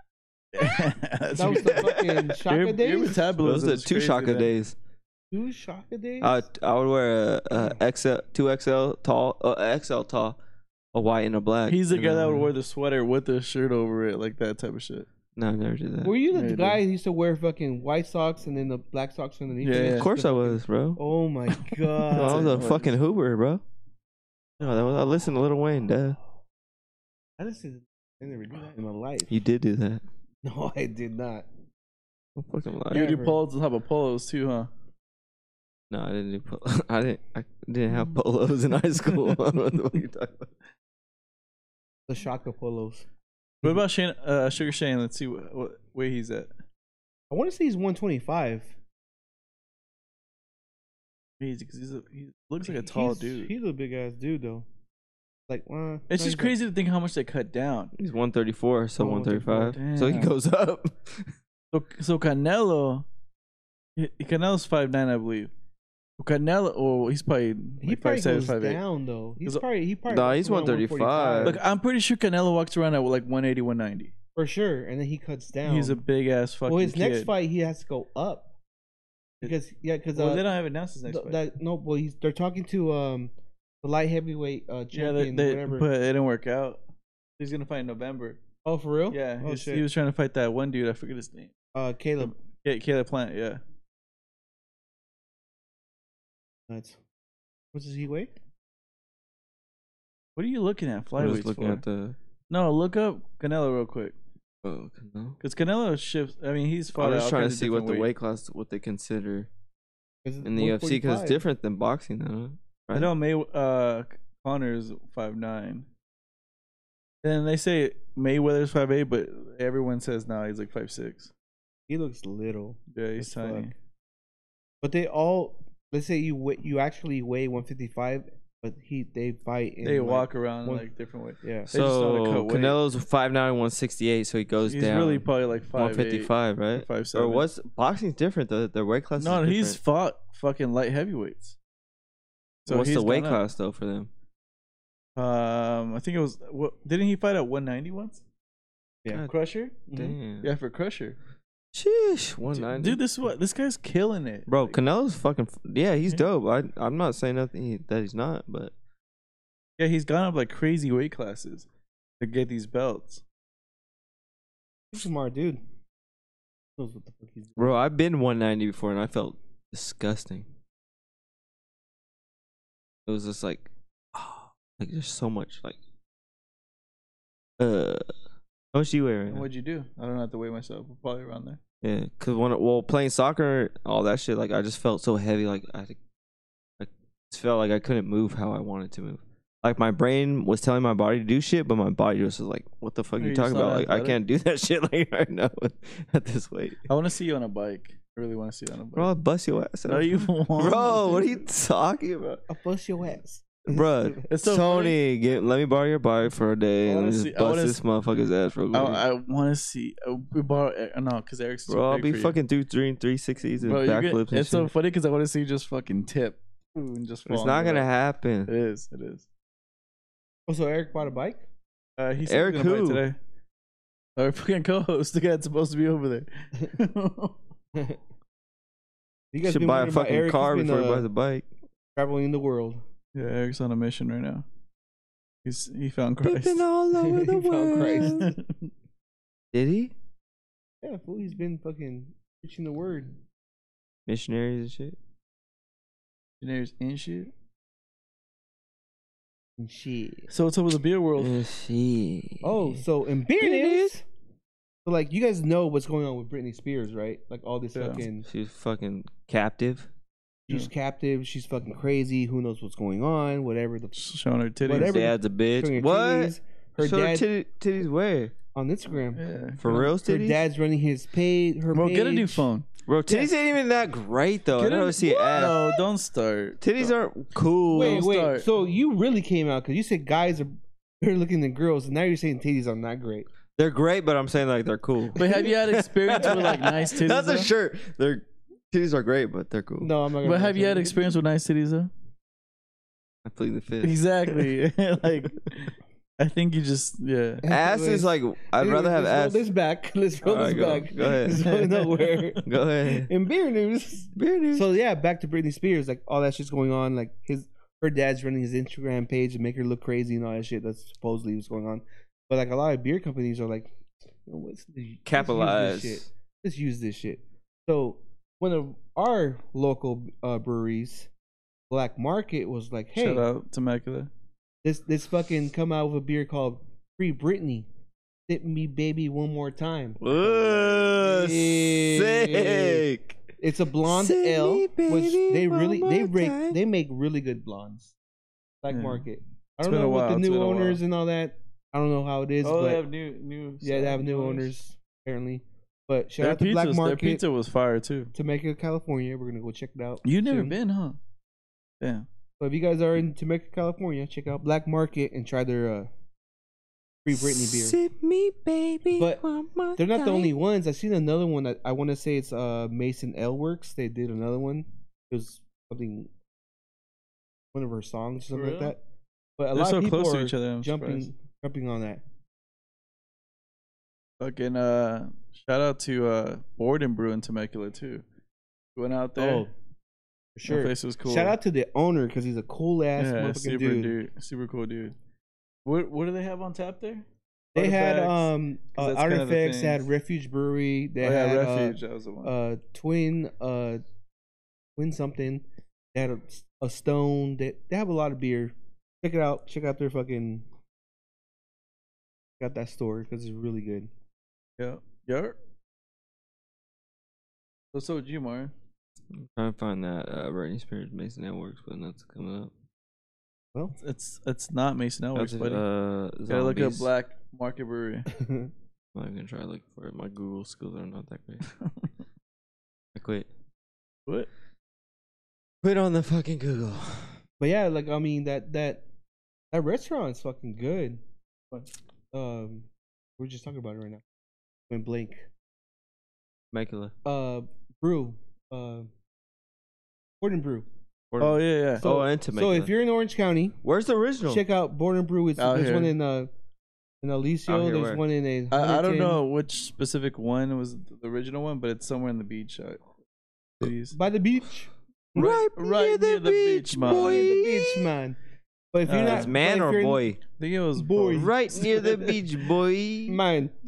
Speaker 1: That's
Speaker 2: That was the
Speaker 1: ridiculous.
Speaker 2: fucking
Speaker 1: your,
Speaker 2: Shaka
Speaker 1: your
Speaker 2: days?
Speaker 1: metabolism
Speaker 3: Those are
Speaker 1: is
Speaker 3: two
Speaker 1: crazy,
Speaker 3: shaka
Speaker 1: man.
Speaker 3: days.
Speaker 2: Two Shaka days?
Speaker 1: Uh,
Speaker 3: I Uh, I would wear a, a XL, two XL tall, uh, XL tall, a white and a black.
Speaker 1: He's the
Speaker 3: you
Speaker 1: guy that
Speaker 3: know?
Speaker 1: would wear the sweater with the shirt over it, like that type of shit.
Speaker 3: No, I never did that.
Speaker 2: Were you the
Speaker 1: Maybe.
Speaker 2: guy who used to wear fucking white socks and then the black socks underneath?
Speaker 1: Yeah,
Speaker 2: it?
Speaker 1: yeah.
Speaker 3: of course I was, bro.
Speaker 2: Oh my
Speaker 3: No, I
Speaker 2: god!
Speaker 3: was
Speaker 1: it.
Speaker 3: a fucking Hoover, bro. No, that was, I listened to Little Wayne, duh.
Speaker 2: I just didn't- I never did that in my life.
Speaker 3: You did do that.
Speaker 2: No, I did not.
Speaker 3: Don't fucking lie.
Speaker 1: You do
Speaker 2: Never.
Speaker 1: polos on top of polos too, huh?
Speaker 3: No, I didn't do polo. I didn't. I didn't have polos in high school. I don't know what the fuck you're talking about.
Speaker 2: The Shaka polos.
Speaker 1: What about Shane, uh, Sugar Shane? Let's see what, what where he's at.
Speaker 2: I want to say he's 125.
Speaker 1: Crazy, 'cause he's a, he looks like a
Speaker 2: He's-
Speaker 1: tall dude.
Speaker 2: He's a big ass dude though. Like, uh,
Speaker 1: It's just crazy to think how much they cut down.
Speaker 3: He's 134, so
Speaker 2: Oh,
Speaker 3: 135.
Speaker 1: 134,
Speaker 3: So he
Speaker 1: damn.
Speaker 3: goes up.
Speaker 1: So, so Canelo, he- Canelo's five nine, I believe. Canelo, oh, he's probably
Speaker 2: He
Speaker 1: like
Speaker 2: probably
Speaker 1: 5'7",
Speaker 2: goes
Speaker 1: 5'8".
Speaker 2: down though. He's
Speaker 1: Cause-
Speaker 2: probably he probably.
Speaker 3: Nah,
Speaker 2: walks
Speaker 3: he's
Speaker 2: around
Speaker 3: 135.
Speaker 2: 145.
Speaker 1: Look, I'm pretty sure Canelo walks around at like 180, 190.
Speaker 2: for sure, and then he cuts down.
Speaker 1: He's a big ass fucking.
Speaker 2: well. His next
Speaker 1: kid.
Speaker 2: fight, he has to go up because yeah, because
Speaker 1: Well,
Speaker 2: uh,
Speaker 1: they don't have announced his next
Speaker 2: th-
Speaker 1: fight.
Speaker 2: that no, well, he's they're talking to um the light heavyweight uh
Speaker 1: yeah, they,
Speaker 2: champion,
Speaker 1: they
Speaker 2: whatever.
Speaker 1: but it didn't work out. He's gonna fight in November.
Speaker 2: oh, for real?
Speaker 1: Yeah, he
Speaker 2: Oh
Speaker 1: was-
Speaker 2: shit.
Speaker 1: he was trying to fight that one dude. I forget his name.
Speaker 2: uh, Caleb.
Speaker 1: Yeah, Caleb Plant. Yeah,
Speaker 2: Nuts. What does he weigh?
Speaker 1: what are you looking at?
Speaker 3: I
Speaker 1: Flyweights
Speaker 3: was looking
Speaker 1: for?
Speaker 3: at the.
Speaker 1: No, look up Canelo real quick.
Speaker 3: Oh, no.
Speaker 1: Because Canelo shifts. I mean, he's fought.
Speaker 3: I'm
Speaker 1: at
Speaker 3: just
Speaker 1: all
Speaker 3: trying to
Speaker 1: kinds of
Speaker 3: see what
Speaker 1: different
Speaker 3: the
Speaker 1: weights.
Speaker 3: weight class, what they consider
Speaker 2: Is it
Speaker 3: in the UFC, because
Speaker 2: 145?
Speaker 3: it's different than boxing, though.
Speaker 1: I know May uh Connor's five nine. And they say Mayweather's five eight, but everyone says now he's like five six.
Speaker 2: He looks little.
Speaker 1: Yeah, he's
Speaker 2: as
Speaker 1: tiny.
Speaker 2: fuck. But they all let's say you weigh, you actually weigh 155, but he they fight. In
Speaker 1: They
Speaker 2: like-
Speaker 1: walk around
Speaker 2: one-
Speaker 1: like different ways.
Speaker 2: Yeah.
Speaker 1: just started
Speaker 3: So
Speaker 1: cut weight.
Speaker 3: Canelo's 5'9", 168, so he goes
Speaker 1: He's
Speaker 3: down.
Speaker 1: really probably like five
Speaker 3: 155, right?
Speaker 1: five seven.
Speaker 3: Or what's boxing's different? The the weight class.
Speaker 1: No,
Speaker 3: is
Speaker 1: he's
Speaker 3: different.
Speaker 1: fought fucking light heavyweights.
Speaker 3: What's the
Speaker 1: he's
Speaker 3: weight
Speaker 1: gone up.
Speaker 3: class though for them?
Speaker 1: Um, I think it was. What, didn't he fight at one ninety once?
Speaker 2: Yeah.
Speaker 1: Crusher.
Speaker 3: Damn.
Speaker 1: Mm-hmm. Yeah, for Crusher.
Speaker 3: Sheesh.
Speaker 1: Dude-
Speaker 3: 190.
Speaker 1: Dude, this what this guy's killing it,
Speaker 3: Bro,
Speaker 1: Like,
Speaker 3: Canelo's fucking. Yeah, he's
Speaker 1: Yeah.
Speaker 3: dope. I I'm not saying nothing he- that he's not, but
Speaker 1: Yeah, he's gone up like crazy weight classes to get these belts.
Speaker 2: He's a smart dude. Knows what the fuck he's doing.
Speaker 3: bro, I've been 190 before and I felt disgusting. It was just like, oh, like there's so much like. Uh, how much do you weigh right
Speaker 1: And
Speaker 3: now?
Speaker 1: what'd you do? I don't know how to weigh myself. We're probably around there.
Speaker 3: Yeah, cause when well playing soccer, all that shit, like I just felt so heavy, like I, I just felt like I couldn't move how I wanted to move. Like my brain was telling my body to do shit, but my body was just like, "What the fuck
Speaker 1: Are
Speaker 3: are you
Speaker 1: you
Speaker 3: talking
Speaker 1: just not
Speaker 3: about? Like I
Speaker 1: athletic?
Speaker 3: can't do that shit like right now at this weight."
Speaker 1: I want to see you on a bike. I really want to see you on a bike.
Speaker 3: Bro, I'll bust your ass.
Speaker 1: no,
Speaker 3: out.
Speaker 1: you won't.
Speaker 3: bro, what are you talking about,
Speaker 2: I'll bust your ass.
Speaker 3: bro?
Speaker 1: It's so
Speaker 3: Tony, get, let me borrow your bike for a day
Speaker 1: I
Speaker 3: and let
Speaker 1: wanna
Speaker 3: me
Speaker 1: see-
Speaker 3: just
Speaker 1: I
Speaker 3: bust
Speaker 1: wanna
Speaker 3: this
Speaker 1: see-
Speaker 3: motherfucker's ass real
Speaker 1: I,
Speaker 3: quick.
Speaker 1: I want to see. Uh, we borrow, uh, no, because Eric's too
Speaker 3: bro, I'll
Speaker 1: big
Speaker 3: be
Speaker 1: for you.
Speaker 3: fucking through three three sixties and
Speaker 1: Bro, you're gonna-
Speaker 3: backflips and
Speaker 1: It's so
Speaker 3: shit.
Speaker 1: funny because I want to see you just fucking tip. Ooh, and just
Speaker 3: it's
Speaker 1: fall
Speaker 3: not
Speaker 1: into
Speaker 3: gonna
Speaker 1: that.
Speaker 3: happen.
Speaker 1: It is. It is.
Speaker 2: Oh, so Eric bought a bike.
Speaker 1: Uh, he said
Speaker 3: Eric
Speaker 1: he's gonna
Speaker 3: who?
Speaker 1: fight today. Our fucking co-host, the guy that's supposed to be over there.
Speaker 2: You
Speaker 3: should
Speaker 2: been
Speaker 3: buy a
Speaker 2: wondering about
Speaker 3: fucking
Speaker 2: Eric. He's
Speaker 3: car
Speaker 2: been,
Speaker 3: before he
Speaker 2: uh,
Speaker 3: buys a bike.
Speaker 2: traveling the world.
Speaker 1: Yeah, Eric's on a mission right now. He's he found Christ.
Speaker 3: Peeping all over the
Speaker 2: He found Christ.
Speaker 3: world. Did he?
Speaker 2: Yeah, fool. He's been fucking preaching the word.
Speaker 3: Missionaries and shit.
Speaker 1: Engineers and shit.
Speaker 2: And shit.
Speaker 1: So what's up with the beer world?
Speaker 3: Yeah, shit.
Speaker 2: Oh, so in beer
Speaker 3: Beer
Speaker 2: news.
Speaker 3: news.
Speaker 2: So like you guys know what's going on with Britney Spears, right? Like all this
Speaker 1: Yeah.
Speaker 2: fucking
Speaker 3: she's fucking captive.
Speaker 2: she's
Speaker 1: Yeah.
Speaker 2: captive, she's fucking crazy, who knows what's going on, whatever the
Speaker 1: Showing her titties.
Speaker 2: Whatever.
Speaker 3: Her dad's a
Speaker 2: showing
Speaker 3: bitch.
Speaker 2: her
Speaker 3: What?
Speaker 2: titties, Her
Speaker 3: Show
Speaker 2: dad
Speaker 3: titty, titties where?
Speaker 2: on Instagram.
Speaker 1: Yeah.
Speaker 3: For real,
Speaker 2: Her
Speaker 3: titties?
Speaker 2: dad's running his page her
Speaker 1: Bro, get a new
Speaker 2: page.
Speaker 1: phone.
Speaker 3: Bro, titties ain't even that great though. Oh, I
Speaker 1: Get a-
Speaker 3: don't ever see an ad.
Speaker 1: No, don't start.
Speaker 3: Titties aren't cool.
Speaker 2: Wait,
Speaker 1: Don't
Speaker 2: wait.
Speaker 1: start.
Speaker 2: So you really came out because you said guys are better looking than girls, and now you're saying titties are not great.
Speaker 3: They're great, but I'm saying like they're cool.
Speaker 1: But have you had experience with like nice titties?
Speaker 3: That's
Speaker 1: though?
Speaker 3: a shirt. They're titties are great, but they're cool.
Speaker 2: No, I'm not. Gonna
Speaker 1: But have you had
Speaker 2: that.
Speaker 1: experience with nice titties though?
Speaker 3: I plead the fifth.
Speaker 1: Exactly. like, I think you just yeah.
Speaker 3: Ass
Speaker 2: Anyways.
Speaker 3: is like I'd
Speaker 2: Anyways,
Speaker 3: rather have
Speaker 2: let's
Speaker 3: ass.
Speaker 2: Roll this back. Let's roll
Speaker 3: Alright,
Speaker 2: this
Speaker 3: go-
Speaker 2: back.
Speaker 3: go ahead.
Speaker 2: It's going nowhere.
Speaker 3: Go ahead.
Speaker 2: In beer news.
Speaker 3: Beer news.
Speaker 2: So yeah, back to Britney Spears, like all that shit's going on, like his her dad's running his Instagram page and make her look crazy and all that shit. That's supposedly what's going on. But like a lot of beer companies are like, you know, what's the- let's use this
Speaker 3: Capitalize.
Speaker 2: shit. Let's use this shit. So one of our local uh, breweries, Black Market, was like, "Hey,
Speaker 1: Shout out to Mecca.
Speaker 2: this this fucking come out with a beer called Free Britney, Hit Me Baby One More Time."
Speaker 3: Whoa,
Speaker 2: Sick.
Speaker 3: sick.
Speaker 2: It's a blonde
Speaker 3: Send me,
Speaker 2: ale, which
Speaker 3: baby,
Speaker 2: they
Speaker 3: one
Speaker 2: really they
Speaker 3: more
Speaker 2: break
Speaker 3: time.
Speaker 2: they make really good blondes. Black
Speaker 1: Yeah.
Speaker 2: Market. I
Speaker 1: Hmm. It's
Speaker 2: don't
Speaker 1: been
Speaker 2: know
Speaker 1: a
Speaker 2: what the
Speaker 1: while, it's
Speaker 2: new
Speaker 1: been a
Speaker 2: owners
Speaker 1: while.
Speaker 2: and all that. I don't know how it is, but
Speaker 1: Oh, new new.
Speaker 2: yeah, they have new owners apparently. But shout
Speaker 1: Their
Speaker 2: out to Black
Speaker 1: pizza, their
Speaker 2: Market,
Speaker 1: pizza was fire too.
Speaker 2: Temecula, California. We're gonna go check it out.
Speaker 1: You've never
Speaker 2: soon.
Speaker 1: been, huh? Damn.
Speaker 2: But if you guys are in Temecula, California, check out Black Market and try their uh, free Britney beer.
Speaker 3: Sip me, baby.
Speaker 2: But
Speaker 3: one more
Speaker 2: They're not the
Speaker 3: time.
Speaker 2: only ones. I've seen another one. That I want to say it's uh Mason L Works. They did another one. It was something, one of her songs, something like
Speaker 1: Really?
Speaker 2: that. But
Speaker 1: They're
Speaker 2: a lot
Speaker 1: so
Speaker 2: of people
Speaker 1: close
Speaker 2: are
Speaker 1: to each other. I'm
Speaker 2: jumping,
Speaker 1: surprised.
Speaker 2: jumping on that.
Speaker 1: Fucking uh, shout out to uh Borden Brew in Temecula too. Went out there.
Speaker 2: Oh, for
Speaker 1: That
Speaker 2: sure.
Speaker 1: place was cool.
Speaker 2: Shout out to the owner because he's a cool ass
Speaker 1: yeah,
Speaker 2: motherfucking
Speaker 1: super
Speaker 2: dude.
Speaker 1: dude. super cool dude. What what do they have on tap there?
Speaker 2: They had
Speaker 1: Artifacts.
Speaker 2: um
Speaker 1: 'cause
Speaker 2: uh,
Speaker 1: that's kinda the
Speaker 2: artifacts. They had
Speaker 1: things.
Speaker 2: Refuge Brewery. They
Speaker 1: oh, yeah,
Speaker 2: had uh,
Speaker 1: Refuge. that was the one.
Speaker 2: uh twin uh twin something they had a, a stone they, they have a lot of beer check it out check out their fucking got that store because it's really good
Speaker 1: yeah. Yeah. So so would you, Mario?
Speaker 3: I'm trying to find that uh, Britney Spears Mason Networks, but that's coming up.
Speaker 2: well
Speaker 1: It's it's not Mason Elworks,
Speaker 3: That's,
Speaker 1: buddy.
Speaker 3: uh,
Speaker 1: Gotta look up
Speaker 3: zombies.
Speaker 1: Black Market Brewery.
Speaker 3: I'm not even gonna try to look for it. My Google skills are not that great. I quit.
Speaker 1: what?
Speaker 3: Quit on the fucking Google.
Speaker 2: but yeah like i mean that that that restaurant is fucking good but um we're just talking about it right now went blank
Speaker 3: Macula.
Speaker 2: uh brew uh Gordon Brew.
Speaker 1: Oh yeah, yeah.
Speaker 3: So- Oh, and
Speaker 2: So
Speaker 3: Temecula.
Speaker 2: if you're in Orange County,
Speaker 3: Where's the original?
Speaker 2: Check out Born and Brew. It's,
Speaker 1: Out
Speaker 2: there's
Speaker 1: here.
Speaker 2: one in uh, in Alicio.
Speaker 3: Out here
Speaker 2: There's
Speaker 3: where?
Speaker 2: one in a.
Speaker 1: I, I don't
Speaker 2: Huntington.
Speaker 1: know which specific one was the original one, but it's somewhere in the beach. uh, cities.
Speaker 2: By the beach.
Speaker 3: right,
Speaker 1: right
Speaker 3: near,
Speaker 1: near
Speaker 3: the,
Speaker 1: the
Speaker 3: beach,
Speaker 1: beach, man.
Speaker 3: boy.
Speaker 2: By the beach, man. But if you're
Speaker 1: Uh,
Speaker 2: not
Speaker 3: It's
Speaker 2: but
Speaker 3: man
Speaker 2: if
Speaker 3: or
Speaker 2: you're
Speaker 3: boy?
Speaker 1: I think it was
Speaker 2: Boy.
Speaker 1: Boyd.
Speaker 3: Right near the beach, boy.
Speaker 2: in- man.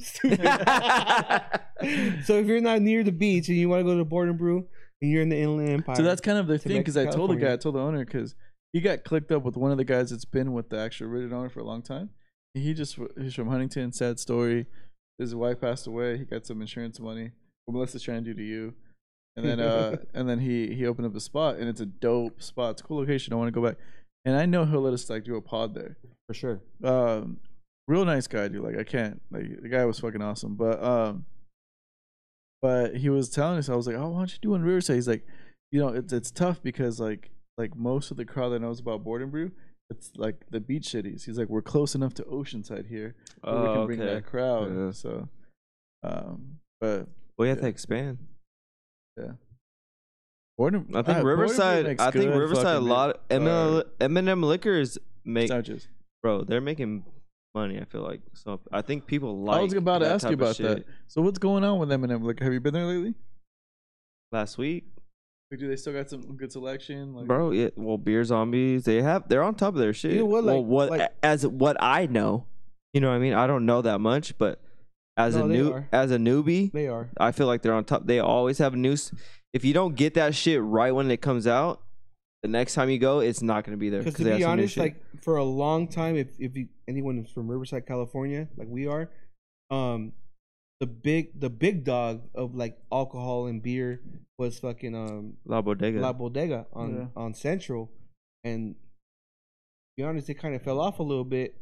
Speaker 2: so if you're not near the beach and you want to go to Born and Brew and you're in the Inland Empire,
Speaker 1: So that's kind of the thing because I
Speaker 2: Temecula,
Speaker 1: told the guy,
Speaker 2: California.
Speaker 1: I told the owner because he got clicked up with one of the guys that's been with the actual original owner for a long time. And he just he's from Huntington, sad story. His wife passed away. He got some insurance money. What Melissa's trying to do to you. And then uh and then he he opened up a spot and it's a dope spot. It's a cool location. I want to go back. And I know he'll let us like do a pod there.
Speaker 2: for sure.
Speaker 1: um real nice guy dude like i can't like the guy was fucking awesome but um but he was telling us i was like oh why don't you do one in riverside he's like you know it's it's tough because like like most of the crowd that knows about board and brew it's like the beach cities he's like we're close enough to oceanside here where we can
Speaker 3: Oh,
Speaker 1: bring
Speaker 3: okay.
Speaker 1: that crowd
Speaker 3: Yeah.
Speaker 1: so um but
Speaker 3: We have to expand.
Speaker 1: board and,
Speaker 3: I think Riverside. I think Riverside. A lot. Eminem, Eminem Liquors make
Speaker 1: sandwiches
Speaker 3: bro. They're making money. I feel like so. I think people like.
Speaker 1: i was about to
Speaker 3: that
Speaker 1: ask you
Speaker 3: type of
Speaker 1: about that
Speaker 3: shit.
Speaker 1: so what's going on with eminem like have you been there lately
Speaker 3: last week,
Speaker 1: Like, do they still got some good selection like
Speaker 3: bro. Yeah, well, beer zombies. They have. They're on top of their shit.
Speaker 2: know what,
Speaker 3: well,
Speaker 2: like-
Speaker 3: what
Speaker 2: like-
Speaker 3: as what I know, you know what I mean. I don't know that much, but as
Speaker 2: No,
Speaker 3: a
Speaker 2: they
Speaker 3: new
Speaker 2: are.
Speaker 3: as a newbie,
Speaker 2: They are.
Speaker 3: I feel like they're on top. They always have news. If you don't get that shit right when it comes out, the next time you go, it's not gonna be there
Speaker 2: Because
Speaker 3: they
Speaker 2: to
Speaker 3: have
Speaker 2: be
Speaker 3: some new
Speaker 2: honest,
Speaker 3: shit.
Speaker 2: like for a long time, if if you, anyone is from Riverside, California, like we are, um, the big the big dog of like alcohol and beer was fucking um
Speaker 3: La Bodega.
Speaker 2: La Bodega on
Speaker 1: Yeah.
Speaker 2: on Central, and to be honest, it kind of fell off a little bit.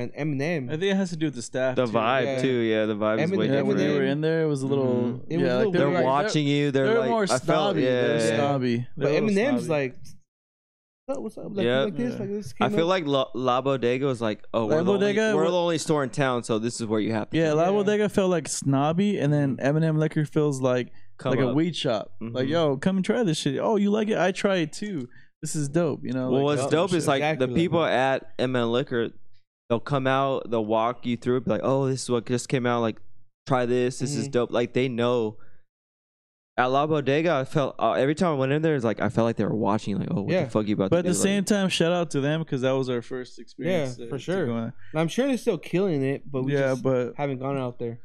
Speaker 2: And Eminem,
Speaker 1: I think it has to do with the staff.
Speaker 3: the
Speaker 1: too.
Speaker 3: vibe
Speaker 2: yeah.
Speaker 3: too, yeah. The vibe is
Speaker 2: Eminem-
Speaker 3: way
Speaker 1: Yeah, when
Speaker 3: different.
Speaker 1: they
Speaker 2: Eminem-
Speaker 1: were in there, it was a little.
Speaker 2: It was
Speaker 1: yeah,
Speaker 2: a little
Speaker 1: like
Speaker 3: they're
Speaker 1: they're,
Speaker 2: like-
Speaker 3: watching you. They're,
Speaker 1: They're, they're
Speaker 3: like,
Speaker 1: more
Speaker 3: I
Speaker 1: snobby.
Speaker 3: felt, yeah.
Speaker 1: They're snobby.
Speaker 2: but
Speaker 1: They're a little
Speaker 2: Eminem's
Speaker 1: snobby.
Speaker 2: like, "What's up? What's up?" Like,
Speaker 3: Yeah.
Speaker 2: like this,
Speaker 1: Yeah.
Speaker 2: like this.
Speaker 3: I
Speaker 2: came
Speaker 3: feel
Speaker 2: up.
Speaker 3: like La, La Bodega was like, oh,
Speaker 1: La
Speaker 3: we're, the only,
Speaker 1: Bodega
Speaker 3: we're
Speaker 1: wa-
Speaker 3: the only store in town, so this is where you have to.
Speaker 1: yeah,
Speaker 3: go.
Speaker 1: La
Speaker 2: Yeah.
Speaker 1: Bodega felt like snobby, and then Eminem Liquor feels like
Speaker 3: Come
Speaker 1: like a
Speaker 3: up.
Speaker 1: weed shop. Like,
Speaker 3: Mhm.
Speaker 1: yo, come and try this shit. Oh, you like it? I try it too. This is dope. You know.
Speaker 3: Well,
Speaker 1: like,
Speaker 3: what's
Speaker 1: oh,
Speaker 3: dope is
Speaker 1: shit.
Speaker 3: like
Speaker 2: Exactly
Speaker 3: the
Speaker 2: like
Speaker 3: people
Speaker 2: that.
Speaker 3: at MN Liquor, they'll come out, they'll walk you through it, be like, oh, this is what just came out. Like, try this. This is
Speaker 2: Mhm.
Speaker 3: dope. Like, they know. At La Bodega, I felt uh, every time I went in there, it's like I felt like they were watching. Like, oh, what
Speaker 2: Yeah.
Speaker 3: the fuck you about?
Speaker 1: But at
Speaker 3: to
Speaker 1: the
Speaker 3: do?
Speaker 1: same time, shout out to them because that was our first experience.
Speaker 2: Yeah,
Speaker 1: uh,
Speaker 2: for
Speaker 1: to
Speaker 2: sure.
Speaker 1: going-
Speaker 2: And I'm sure they're still killing it, but we
Speaker 1: yeah,
Speaker 2: just
Speaker 1: but
Speaker 2: haven't gone out there.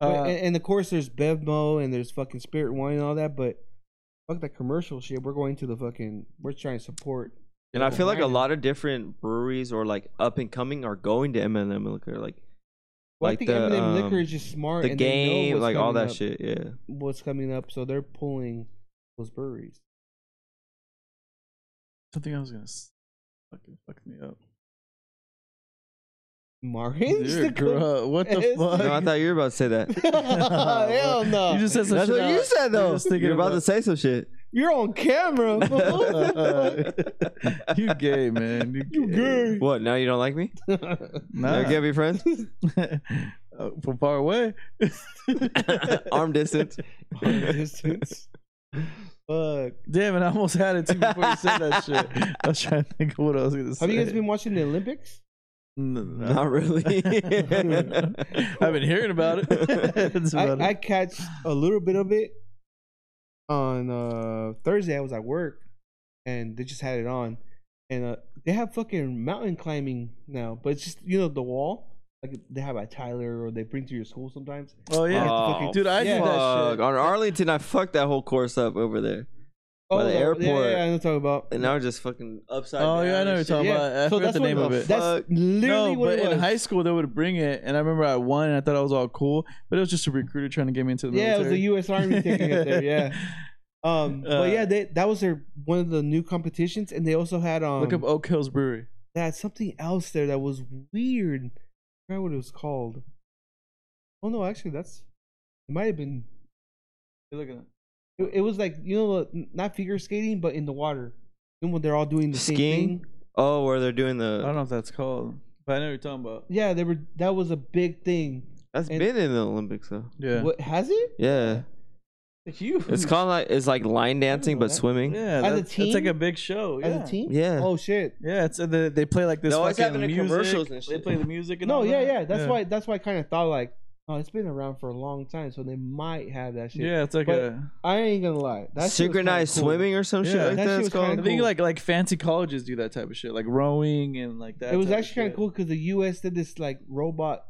Speaker 2: But-
Speaker 1: Uh,
Speaker 2: and, and of course, there's Bevmo and there's fucking Spirit Wine and all that, but fuck that commercial shit. We're going to the fucking. We're trying to support.
Speaker 3: And I
Speaker 2: local
Speaker 3: feel like a
Speaker 2: miners.
Speaker 3: lot of different breweries or like up and coming are going to M&M liquor, like
Speaker 2: Well, I
Speaker 3: like
Speaker 2: think
Speaker 3: the,
Speaker 2: Eminem
Speaker 3: um,
Speaker 2: Liquor is just smart.
Speaker 3: the
Speaker 2: and they know
Speaker 3: game,
Speaker 2: what's
Speaker 3: like all
Speaker 2: coming
Speaker 3: that
Speaker 2: up-
Speaker 3: shit. Yeah,
Speaker 2: What's coming up? So they're pulling those breweries.
Speaker 1: something I was gonna s- fucking fuck me up.
Speaker 2: Martin's
Speaker 1: Dude, bro, what the
Speaker 2: It's-
Speaker 1: fuck?
Speaker 3: no, I thought you were about to say that.
Speaker 2: Hell no!
Speaker 1: You just said some
Speaker 3: That's
Speaker 1: shit
Speaker 3: what
Speaker 1: I-
Speaker 3: you said though.
Speaker 1: I'm just thinking
Speaker 3: You're about, to
Speaker 1: about-
Speaker 3: say some shit.
Speaker 2: You're on camera. fool.
Speaker 1: you gay man. You,
Speaker 2: You gay.
Speaker 3: What? Now you don't like me? Now
Speaker 1: Nah.
Speaker 3: you can't be friends.
Speaker 1: Uh, from far away.
Speaker 3: Arm distance.
Speaker 2: Arm distance. Fuck.
Speaker 1: Damn it! I almost had it too before you said that shit. I was trying to think of what I was gonna say.
Speaker 2: Have you guys been watching the Olympics?
Speaker 1: N- no.
Speaker 3: Not really.
Speaker 1: I've been hearing about it. That's
Speaker 2: I,
Speaker 1: about
Speaker 2: I
Speaker 1: it.
Speaker 2: catch a little bit of it on uh, Thursday. I was at work, and they just had it on, and uh, they have fucking mountain climbing now. But it's just you know the wall, like they have at Tyler or they bring to your school sometimes.
Speaker 1: oh yeah,
Speaker 3: Oh,
Speaker 2: fucking-
Speaker 1: dude, I
Speaker 2: yeah.
Speaker 1: did that
Speaker 3: Fuck.
Speaker 1: shit.
Speaker 3: On Arlington, I fucked that whole course up over there. By the
Speaker 2: Oh, yeah,
Speaker 3: airport.
Speaker 2: Yeah, yeah, I know what you're talking
Speaker 3: And now we're just fucking upside
Speaker 1: Oh
Speaker 3: down.
Speaker 1: yeah, I know what
Speaker 3: and
Speaker 1: you're
Speaker 3: shit.
Speaker 1: talking
Speaker 2: Yeah.
Speaker 1: about. I
Speaker 2: So
Speaker 1: forgot
Speaker 2: that's
Speaker 1: the
Speaker 2: what
Speaker 1: name
Speaker 2: the
Speaker 1: of it.
Speaker 2: about. That's
Speaker 3: Fuck.
Speaker 1: no,
Speaker 2: literally what
Speaker 1: but
Speaker 2: it
Speaker 1: in
Speaker 2: was.
Speaker 1: high school they would bring it, and I remember I won, and I thought I was all cool, but it was just a recruiter trying to get me into the
Speaker 2: yeah, it was
Speaker 1: military.
Speaker 2: the U.S. Army taking it there. Yeah. Um,
Speaker 1: Uh,
Speaker 2: but yeah, they, that was their one of the new competitions, and they also had um,
Speaker 1: Look up Oak Hills Brewery.
Speaker 2: they had something else there that was weird. I forgot what it was called. Oh no, actually, that's it. Might have been. It, it was like you know, n- not figure skating, but in the water. And when they're all doing the same
Speaker 3: Skiing?
Speaker 2: thing.
Speaker 3: Oh, where they're doing
Speaker 1: I don't
Speaker 3: the.
Speaker 1: know if that's called, but I know what you're talking about.
Speaker 2: Yeah, they were. That was a big thing.
Speaker 3: That's
Speaker 2: and-
Speaker 3: been in the Olympics though.
Speaker 1: Yeah,
Speaker 2: What has it?
Speaker 3: Yeah,
Speaker 1: huge.
Speaker 3: it's called like it's like line dancing but
Speaker 2: that-
Speaker 3: swimming.
Speaker 1: Yeah,
Speaker 2: As a
Speaker 1: that, It's like
Speaker 2: team?
Speaker 1: a big show. Yeah.
Speaker 2: As a team?
Speaker 3: Yeah.
Speaker 2: Oh shit.
Speaker 1: Yeah, it's uh, they, they play like this.
Speaker 3: They always
Speaker 1: fucking
Speaker 3: have it in
Speaker 1: music.
Speaker 3: commercials and
Speaker 1: They
Speaker 3: shit.
Speaker 1: play the music and
Speaker 2: No,
Speaker 1: all
Speaker 2: yeah,
Speaker 1: that.
Speaker 2: yeah. That's why. That's why I kind of thought like, oh, it's been around for a long time, so they might have that shit.
Speaker 1: Yeah, it's like
Speaker 2: But-
Speaker 1: a.
Speaker 2: I ain't gonna lie. That shit was kinda
Speaker 3: Synchronized
Speaker 2: cool.
Speaker 3: swimming or some shit
Speaker 1: Yeah.
Speaker 3: like
Speaker 2: That
Speaker 3: that.
Speaker 2: shit
Speaker 3: it's
Speaker 2: was kinda
Speaker 1: I
Speaker 3: called.
Speaker 1: think
Speaker 2: cool.
Speaker 1: like like fancy colleges do that type of shit, like rowing and like that.
Speaker 2: It was
Speaker 1: type
Speaker 2: actually kind
Speaker 1: shit.
Speaker 2: of cool because the U.S. did this like robot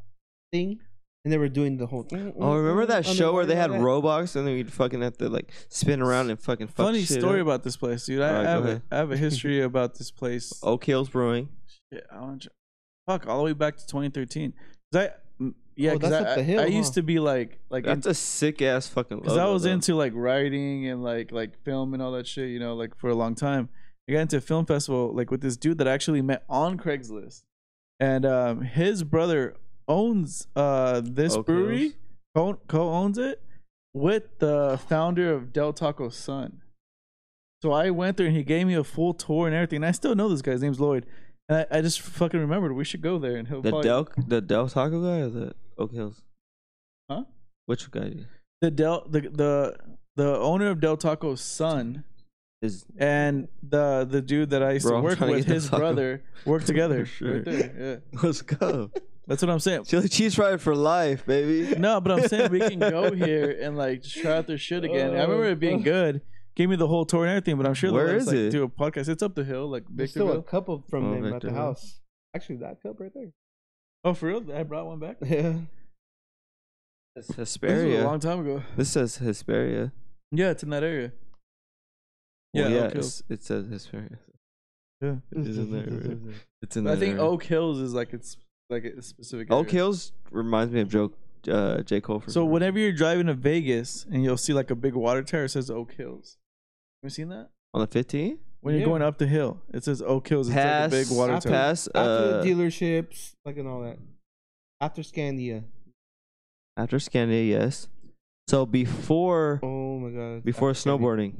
Speaker 2: thing, and they were doing the whole. thing.
Speaker 3: Oh, remember that show where they had
Speaker 2: robots?
Speaker 3: robots and then we'd fucking have to like spin around and fucking fuck
Speaker 1: Funny
Speaker 3: shit
Speaker 1: story
Speaker 3: up.
Speaker 1: about this place, dude. I,
Speaker 3: All right,
Speaker 1: I
Speaker 3: go
Speaker 1: have a,
Speaker 3: ahead. Oh.
Speaker 1: I have a history about this place.
Speaker 3: Oak Hills Brewing.
Speaker 1: Shit, I want to fuck all the way back to 2013. 'Cause I, mm, yeah,
Speaker 2: Oh,
Speaker 1: 'cause
Speaker 2: that's
Speaker 1: I,
Speaker 2: up the
Speaker 1: I-
Speaker 2: hill,
Speaker 1: I used
Speaker 2: huh?
Speaker 1: to be like, like,
Speaker 3: That's a sick ass fucking.
Speaker 1: because I
Speaker 3: logo,
Speaker 1: was
Speaker 3: though.
Speaker 1: into like writing and like like film and all that shit, you know, like for a long time. I got into a film festival like with this dude that I actually met on Craigslist, and um, his brother owns uh this
Speaker 3: Oak
Speaker 1: brewery,
Speaker 3: Hills.
Speaker 1: co owns it with the founder of Del Taco's son. So I went there and he gave me a full tour and everything. And I still know this guy. His name's Lloyd. And I, I just fucking remembered we should go there and he'll
Speaker 3: the
Speaker 1: probably,
Speaker 3: Del the Del Taco guy or the Oak Hills.
Speaker 1: Huh?
Speaker 3: Which guy
Speaker 1: the Del the the the owner of Del Taco's son
Speaker 3: is?
Speaker 1: and the the dude that I used
Speaker 3: Bro,
Speaker 1: to
Speaker 3: I'm
Speaker 1: work
Speaker 3: trying to
Speaker 1: with,
Speaker 3: get the
Speaker 1: his
Speaker 3: fuck up.
Speaker 1: brother, worked together.
Speaker 3: Sure.
Speaker 1: Right there. Yeah.
Speaker 3: Let's go.
Speaker 1: That's what I'm saying.
Speaker 3: Chili cheese fry for life, baby.
Speaker 1: No, but I'm saying we can go here and like just try out their shit again. I remember it being good. Gave me the whole tour and everything, but I'm sure
Speaker 3: Oh. Where
Speaker 1: they'll just,
Speaker 3: is
Speaker 1: like,
Speaker 3: it?
Speaker 1: do a podcast. It's up the hill, like
Speaker 2: There's still a
Speaker 1: Victorville.
Speaker 2: cup of, from
Speaker 3: Oh,
Speaker 2: them at the
Speaker 3: Victorville.
Speaker 2: house. Actually, that cup right there.
Speaker 1: Oh, for real? I brought one back.
Speaker 2: Yeah.
Speaker 3: It's
Speaker 1: This was a
Speaker 3: Hesperia.
Speaker 1: long time ago.
Speaker 3: This says Hesperia.
Speaker 1: Yeah, it's in that area.
Speaker 3: Well,
Speaker 1: yeah,
Speaker 3: yeah.
Speaker 1: Oak
Speaker 3: it's, it says Hesperia.
Speaker 1: Yeah.
Speaker 3: It is in that area. It's in
Speaker 1: But I
Speaker 3: that
Speaker 1: think
Speaker 3: area.
Speaker 1: Oak Hills is like it's like a specific.
Speaker 3: Oak
Speaker 1: area.
Speaker 3: Hills reminds me of Joe uh, J Cole. For
Speaker 1: So
Speaker 3: some reason.
Speaker 1: whenever you're driving to Vegas and you'll see like a big water tower, it says Oak Hills. Have you seen that?
Speaker 3: on the 15th,
Speaker 1: When you're
Speaker 2: Yeah.
Speaker 1: going up the hill, it says Oak Hills. It's
Speaker 3: pass
Speaker 1: like a big water
Speaker 3: after,
Speaker 1: tower.
Speaker 3: pass
Speaker 2: After the
Speaker 3: uh,
Speaker 2: dealerships, like and all that. After Scandia.
Speaker 3: after Scandia, yes. So before
Speaker 2: Oh my god.
Speaker 3: before
Speaker 2: After Scandia.
Speaker 3: snowboarding,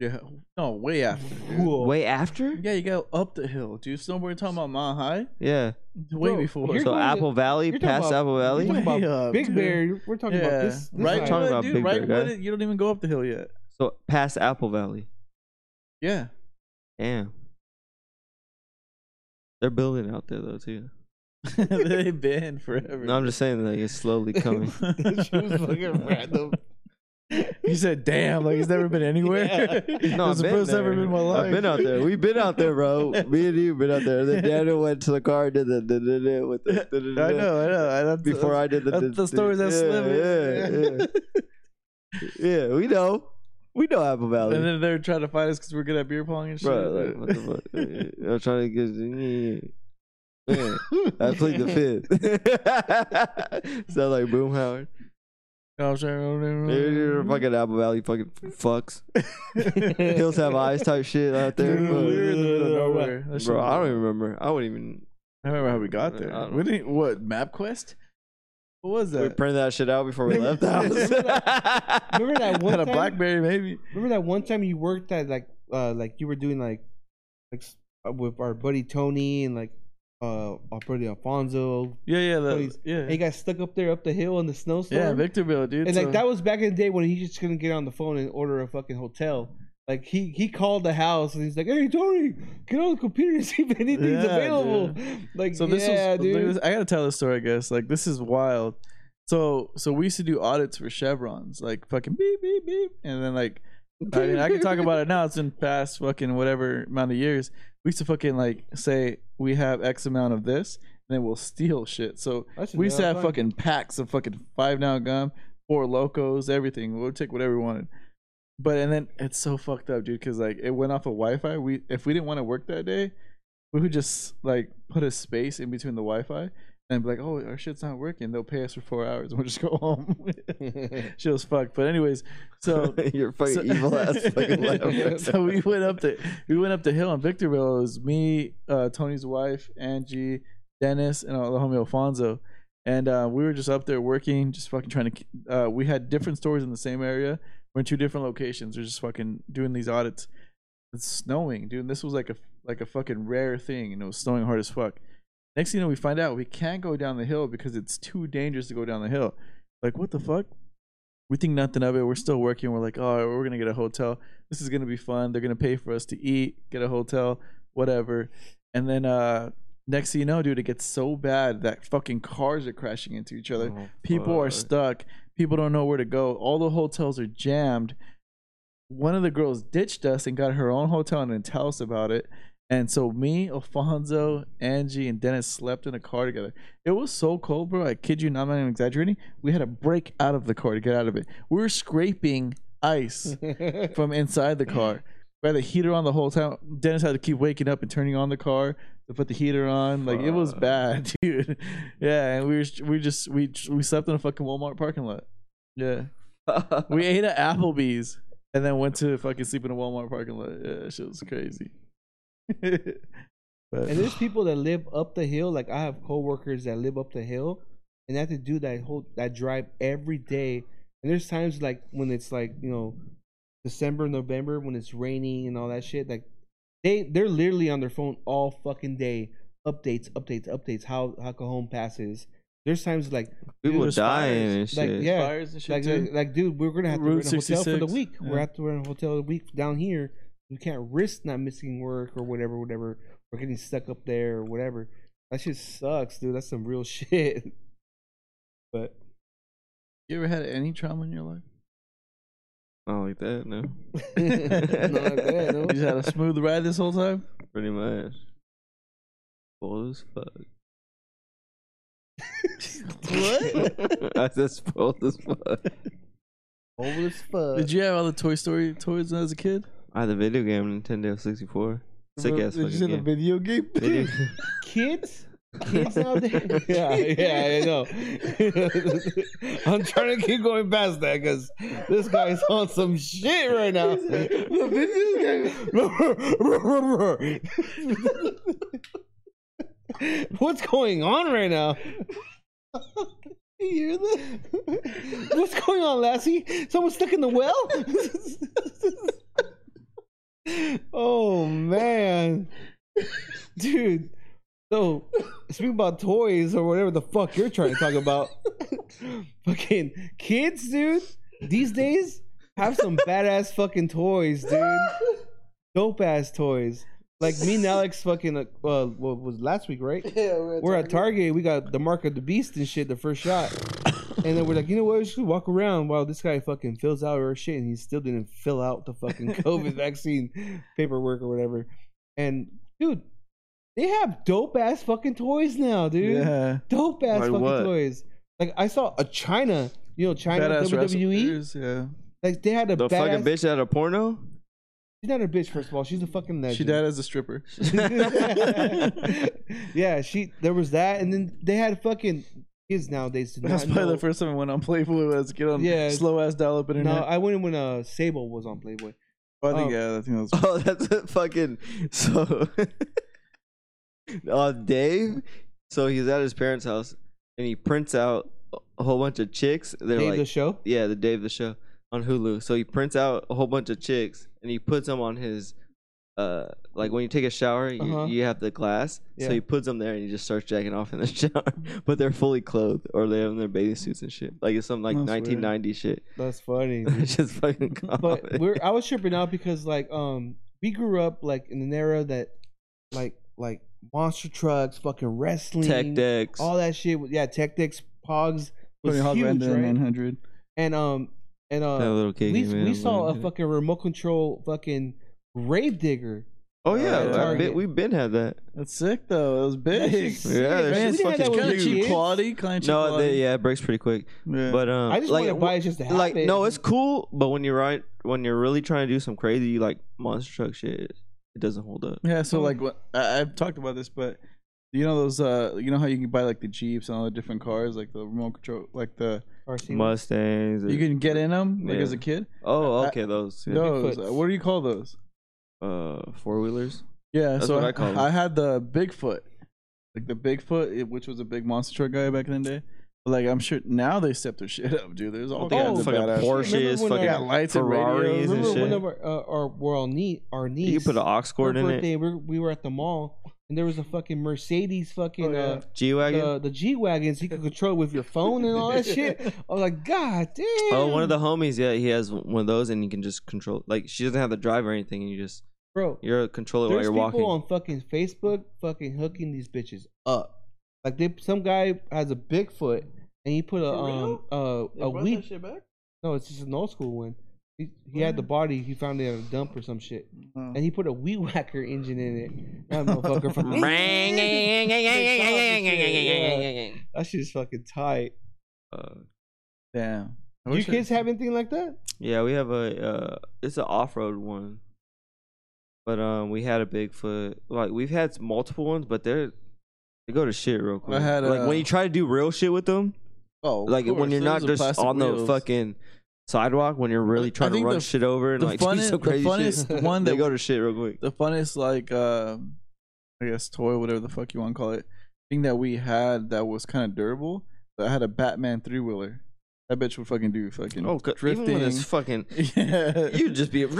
Speaker 1: Yeah. No, way after. dude.
Speaker 2: Whoa.
Speaker 3: way after,
Speaker 1: Yeah, you go up the hill, dude. Snowboard talking about Mile High?
Speaker 3: yeah.
Speaker 1: Way
Speaker 2: Bro,
Speaker 1: before.
Speaker 2: you're
Speaker 3: So
Speaker 2: going to-
Speaker 3: Apple Valley,
Speaker 2: you're talking
Speaker 3: past
Speaker 2: about-
Speaker 3: Apple Valley.
Speaker 2: You're talking
Speaker 1: Way
Speaker 2: about
Speaker 1: up,
Speaker 2: Big
Speaker 1: dude.
Speaker 2: Bear. We're talking about this. this
Speaker 1: right,
Speaker 2: side.
Speaker 3: Talking
Speaker 1: what,
Speaker 3: about
Speaker 1: dude,
Speaker 3: Big
Speaker 1: right
Speaker 3: Bear,
Speaker 1: what
Speaker 3: guy.
Speaker 1: it- you don't even go up the hill yet.
Speaker 3: So past Apple Valley.
Speaker 1: Yeah,
Speaker 3: Damn. They're building out there though too.
Speaker 1: they've been forever.
Speaker 3: No, I'm just saying like it's slowly coming.
Speaker 2: That shit was fucking random.
Speaker 1: He said, "Damn, like he's never been anywhere.
Speaker 2: Yeah.
Speaker 3: No,
Speaker 1: It's
Speaker 3: I've
Speaker 1: the
Speaker 3: been
Speaker 1: first
Speaker 3: there.
Speaker 1: ever in my life.
Speaker 3: I've been out there. We've been out there, bro. Me and you been out there. Then Daniel went to the car, did the da, da, da, with the da, da,
Speaker 1: I
Speaker 3: da,
Speaker 1: know, I know. I- That's,
Speaker 3: Before I did the
Speaker 1: that's,
Speaker 3: da,
Speaker 1: that's the story
Speaker 3: da-
Speaker 1: that's
Speaker 3: yeah,
Speaker 1: living.
Speaker 3: Yeah, yeah, yeah. We know, we know Apple
Speaker 1: and
Speaker 3: Valley,
Speaker 1: then they're trying to fight us because we're good at beer pong and shit.
Speaker 3: bro. Like, what the fuck? I'm trying to get. Yeah. I plead the fifth. Sound like Boom Howard.
Speaker 1: No, I'm sorry.
Speaker 3: You're fucking Apple Valley fucking fucks. Hills have eyes type shit out there.
Speaker 1: Dude, we were in the
Speaker 3: Bro,
Speaker 1: middle of nowhere. That shit
Speaker 3: Bro, I
Speaker 1: was-
Speaker 3: don't even remember. I wouldn't even.
Speaker 1: I remember how we got
Speaker 3: I
Speaker 1: there.
Speaker 3: don't-
Speaker 1: We didn't. What MapQuest? What was
Speaker 3: We
Speaker 1: that?
Speaker 3: printed that shit out before we left the house.
Speaker 2: Remember that one
Speaker 1: Had a
Speaker 2: time-
Speaker 1: BlackBerry, maybe.
Speaker 2: Remember that one time you worked at like uh like you were doing like like s- uh, with our buddy Tony and like uh our buddy Alfonso.
Speaker 1: Yeah, yeah,
Speaker 2: Please.
Speaker 1: that, yeah,
Speaker 2: And you got stuck up there up the hill in the snowstorm.
Speaker 1: yeah. Victorville, dude.
Speaker 2: and
Speaker 1: so-
Speaker 2: like that was back in the day when he just couldn't get on the phone and order a fucking hotel. Like he he called the house and he's like, "Hey Tony, get on the computer and see if anything's
Speaker 1: Yeah,
Speaker 2: available." Like
Speaker 1: So this
Speaker 2: yeah,
Speaker 1: was
Speaker 2: dude.
Speaker 1: I gotta tell this story, I guess. Like this is wild. So so we used to do audits for chevrons, like fucking beep beep beep, and then like I mean I can talk about it now. It's in past fucking whatever amount of years. We used to fucking like say we have X amount of this, and then we'll steal shit. So
Speaker 2: That's
Speaker 1: we used to
Speaker 2: another
Speaker 1: have
Speaker 2: fun.
Speaker 1: fucking packs of fucking five now gum, four locos, everything. We'll take whatever we wanted. But and then it's so fucked up, dude, because like it went off of Wi-Fi. We if we didn't want to work that day, we would just like put a space in between the Wi-Fi and be like, "Oh, our shit's not working." They'll pay us for four hours, and we'll just go home. Shit was fucked. But anyways, so
Speaker 3: You're fucking evil ass fucking laugh.
Speaker 1: so we went up the we went up the hill in Victorville. It was me, uh, Tony's wife, Angie, Dennis, and all the homie Alfonso. And uh, we were just up there working, just fucking trying to. Uh, we had different stores in the same area. We're in two different locations. We're just fucking doing these audits. It's snowing, dude. and this was like a like a fucking rare thing, and it was snowing hard as fuck. Next thing you know, we find out we can't go down the hill because it's too dangerous to go down the hill. Like what the fuck? We think nothing of it. We're still working. We're like, oh, we're gonna get a hotel this is gonna be fun. They're gonna pay for us to eat, get a hotel, whatever. And then uh next thing you know, dude, it gets so bad that fucking cars are crashing into each other. People are stuck. People don't know where to go. All the hotels are jammed. One of the girls ditched us and got her own hotel and didn't tell us about it. And so me, Alfonso, Angie, and Dennis slept in a car together. It was so cold, bro. I kid you not, I'm not even exaggerating. We had to break out of the car to get out of it. We were scraping ice from inside the car. We had the heater on the whole time. Dennis had to keep waking up and turning on the car to put the heater on. Like it was
Speaker 3: Fuck.
Speaker 1: bad, dude. Yeah, and we were we just we we slept in a fucking Walmart parking lot. Yeah, we ate at Applebee's and then went to fucking sleep in a Walmart parking lot. Yeah, shit was crazy. But-
Speaker 2: And there's people that live up the hill. Like I have coworkers that live up the hill, and they have to do that whole that drive every day. And there's times like when it's like you know December, November, when it's raining and all that shit. Like they they're literally on their phone all fucking day. Updates, updates, updates. How how Cajon passes. There's times like
Speaker 3: People
Speaker 1: There's
Speaker 3: dying
Speaker 1: fires.
Speaker 3: and shit.
Speaker 2: Like, yeah.
Speaker 1: fires and shit
Speaker 2: like,
Speaker 1: too.
Speaker 2: like like, dude, we're gonna have to
Speaker 1: Route
Speaker 2: rent a hotel for the
Speaker 1: 66,
Speaker 2: week.
Speaker 1: yeah.
Speaker 2: We're have to rent a hotel a week down here. We can't risk not missing work or whatever, whatever. We're getting stuck up there or whatever. That shit sucks, dude. That's some real shit. But
Speaker 1: you ever had any trauma in your life?
Speaker 3: I don't like that. No,
Speaker 2: not like that,
Speaker 1: You
Speaker 2: no.
Speaker 1: just had a smooth ride this whole time.
Speaker 3: pretty much. Spoiled as fuck. I said spoiled as fuck.
Speaker 2: Old as fuck.
Speaker 1: Did you have all the Toy Story toys as a kid?
Speaker 3: I had the video game Nintendo 64. Sick ass
Speaker 1: Did you
Speaker 3: fucking
Speaker 1: say the
Speaker 3: game.
Speaker 1: video game?
Speaker 3: Video
Speaker 2: Kids? Kids nowadays? yeah, yeah, I know. I'm trying to keep going past that because this guy's on some shit right now. What's going on right now? You hear that? What's going on, Lassie? Someone stuck in the well? oh man, dude. So, speaking about toys or whatever the fuck you're trying to talk about, fucking kids, dude, these days have some badass fucking toys, dude. Dope ass toys. Like me and Alex fucking, uh, uh, what was last week, right?
Speaker 1: Yeah, we're
Speaker 2: We're at Target. We got the Mark of the Beast and shit, the first shot. And then we're like, you know what? We should walk around while this guy fucking fills out our shit, and he still didn't fill out the fucking COVID vaccine paperwork or whatever. And dude, they have dope ass fucking toys now, dude.
Speaker 1: Yeah.
Speaker 2: Dope ass
Speaker 3: Like
Speaker 2: fucking
Speaker 3: what?
Speaker 2: toys. Like I saw a China, you know, China
Speaker 1: Badass
Speaker 2: WWE.
Speaker 1: wrestlers, Yeah.
Speaker 2: Like they had a
Speaker 3: The
Speaker 2: badass.
Speaker 3: fucking bitch at a porno.
Speaker 2: She's not a bitch, first of all. She's a fucking legend.
Speaker 1: She died as a stripper.
Speaker 2: yeah, she. There was that, and then they had fucking kids nowadays. do
Speaker 1: That's
Speaker 2: not
Speaker 1: probably
Speaker 2: know-
Speaker 1: the first time I went on Playboy was get on
Speaker 2: Yeah.
Speaker 1: slow ass dial up
Speaker 2: No,
Speaker 1: internet.
Speaker 2: I went when uh Sable was on Playboy.
Speaker 1: But I think
Speaker 2: oh.
Speaker 1: yeah, I think that was
Speaker 3: Oh, that's a fucking so. uh, Dave, so he's at his parents' house and he prints out a whole bunch of chicks. They're
Speaker 2: Dave
Speaker 3: like,
Speaker 2: the show.
Speaker 3: yeah, the Dave the show on Hulu. So he prints out a whole bunch of chicks and he puts them on his. Uh, like when you take a shower, you,
Speaker 2: Uh-huh.
Speaker 3: you have the glass,
Speaker 2: Yeah.
Speaker 3: so he puts them there and he just starts jacking off in the shower. but they're fully clothed or they have their bathing suits and shit. Like it's some like
Speaker 1: That's weird.
Speaker 3: 1990 shit.
Speaker 2: That's funny. dude.
Speaker 3: It's just fucking.
Speaker 2: but
Speaker 3: comedy.
Speaker 2: we're I was tripping out because like um we grew up like in an era that like like monster trucks, fucking wrestling,
Speaker 3: tech decks.
Speaker 2: all that shit. was- Yeah, tech decks, pogs was
Speaker 1: Tony Hawk
Speaker 2: huge,
Speaker 1: and the
Speaker 2: right?
Speaker 1: 100.
Speaker 2: And um and uh
Speaker 3: that little kid.
Speaker 2: we we saw a fucking remote control fucking grave digger.
Speaker 3: Oh
Speaker 2: uh,
Speaker 1: yeah,
Speaker 3: yeah,
Speaker 1: Target.
Speaker 3: I bet we've been had that.
Speaker 1: That's sick though. That was
Speaker 2: That
Speaker 1: big.
Speaker 2: shit's sick.
Speaker 3: Yeah,
Speaker 2: We
Speaker 1: Man,
Speaker 3: that's
Speaker 2: didn't have
Speaker 1: it's
Speaker 2: that when
Speaker 1: kind
Speaker 2: we
Speaker 1: of
Speaker 2: were
Speaker 1: cheap
Speaker 2: kids.
Speaker 1: quality, kind of cheap
Speaker 3: No,
Speaker 1: quality.
Speaker 3: they, yeah, it breaks pretty quick.
Speaker 1: yeah.
Speaker 3: But um,
Speaker 2: I just
Speaker 3: like,
Speaker 2: want to buy it just to have
Speaker 3: like
Speaker 2: it.
Speaker 3: no, it's cool. But when you're right, when you're really trying to do some crazy like monster truck shit, it doesn't hold up.
Speaker 1: Yeah, so
Speaker 2: Mm.
Speaker 1: like what I, I've talked about this, but you know those uh you know how you can buy like the jeeps and all the different cars, like the remote control, like the
Speaker 2: RC.
Speaker 3: Mustangs.
Speaker 1: you can get in them like
Speaker 3: Yeah.
Speaker 1: as a kid.
Speaker 3: oh,
Speaker 1: I-
Speaker 3: okay, those yeah.
Speaker 1: Those
Speaker 2: Bigfoots.
Speaker 1: uh, what do you call those?
Speaker 3: uh four wheelers.
Speaker 1: Yeah,
Speaker 3: That's
Speaker 1: so
Speaker 3: what
Speaker 1: I,
Speaker 3: I call 'em.
Speaker 1: I had the Bigfoot, like the Bigfoot, it- which was a big monster truck guy back in the day. But like I'm sure now they stepped their shit up, dude. There's all
Speaker 2: Oh,
Speaker 1: kinds of
Speaker 3: fucking
Speaker 1: badass.
Speaker 2: Porsche.
Speaker 3: Porsches,
Speaker 2: Remember when
Speaker 1: They
Speaker 3: fucking
Speaker 1: got lights and
Speaker 3: Ferraris
Speaker 1: radios.
Speaker 3: and
Speaker 2: Remember
Speaker 3: shit.
Speaker 2: one of our, uh, our we're all knee our niece.
Speaker 3: You can put an aux cord
Speaker 2: her
Speaker 3: in
Speaker 2: birthday,
Speaker 3: it.
Speaker 2: we we were at the mall and there was a fucking Mercedes fucking
Speaker 1: Oh,
Speaker 2: uh,
Speaker 3: G wagon.
Speaker 2: the, the G wagons you could control with your phone and all that shit. I was like, God damn!
Speaker 3: Oh, one of the homies, yeah, he has one of those, and you can just control. Like she doesn't have to drive or anything, and you just
Speaker 2: bro.
Speaker 3: you're a controller while
Speaker 2: There's
Speaker 3: you're
Speaker 2: people
Speaker 3: walking.
Speaker 2: on fucking Facebook fucking hooking these bitches up. Like they, some guy has a Bigfoot and he put a
Speaker 1: For
Speaker 2: um
Speaker 1: real?
Speaker 2: uh, a weed.
Speaker 1: shit back.
Speaker 2: No, it's just an old school one. He, he had the body. He found it at a dump or some shit,
Speaker 1: Oh.
Speaker 2: and he put a weed whacker engine in it. That motherfucker fucking. That shit's fucking tight.
Speaker 3: Uh,
Speaker 1: Damn. I
Speaker 2: Do your
Speaker 1: wish I-
Speaker 2: kids have anything like that?
Speaker 3: yeah, we have a uh, it's an off road one, but um, we had a Bigfoot. Like we've had s- multiple ones, but they're they go to shit real quick.
Speaker 1: had
Speaker 3: like
Speaker 1: a-
Speaker 3: when you try to do real shit with them,
Speaker 1: Oh, of
Speaker 3: like when
Speaker 1: course,
Speaker 3: you're not
Speaker 1: those are
Speaker 3: just
Speaker 1: plastic
Speaker 3: on the
Speaker 1: wheels.
Speaker 3: fucking sidewalk, when you're really
Speaker 1: I
Speaker 3: trying to
Speaker 1: think
Speaker 3: run
Speaker 1: the-
Speaker 3: shit over and
Speaker 1: the
Speaker 3: like do
Speaker 1: funnest-
Speaker 3: some
Speaker 1: the
Speaker 3: crazy shit,
Speaker 1: funnest one
Speaker 3: they
Speaker 1: that-
Speaker 3: go to shit real quick.
Speaker 1: the funnest like um I guess toy, whatever the fuck you want to call it, thing that we had that was kind of durable. I had a Batman three wheeler. That bitch would fucking do fucking
Speaker 3: Oh, good. Even
Speaker 1: drifting.
Speaker 3: with this fucking
Speaker 1: yeah.
Speaker 3: You'd just be and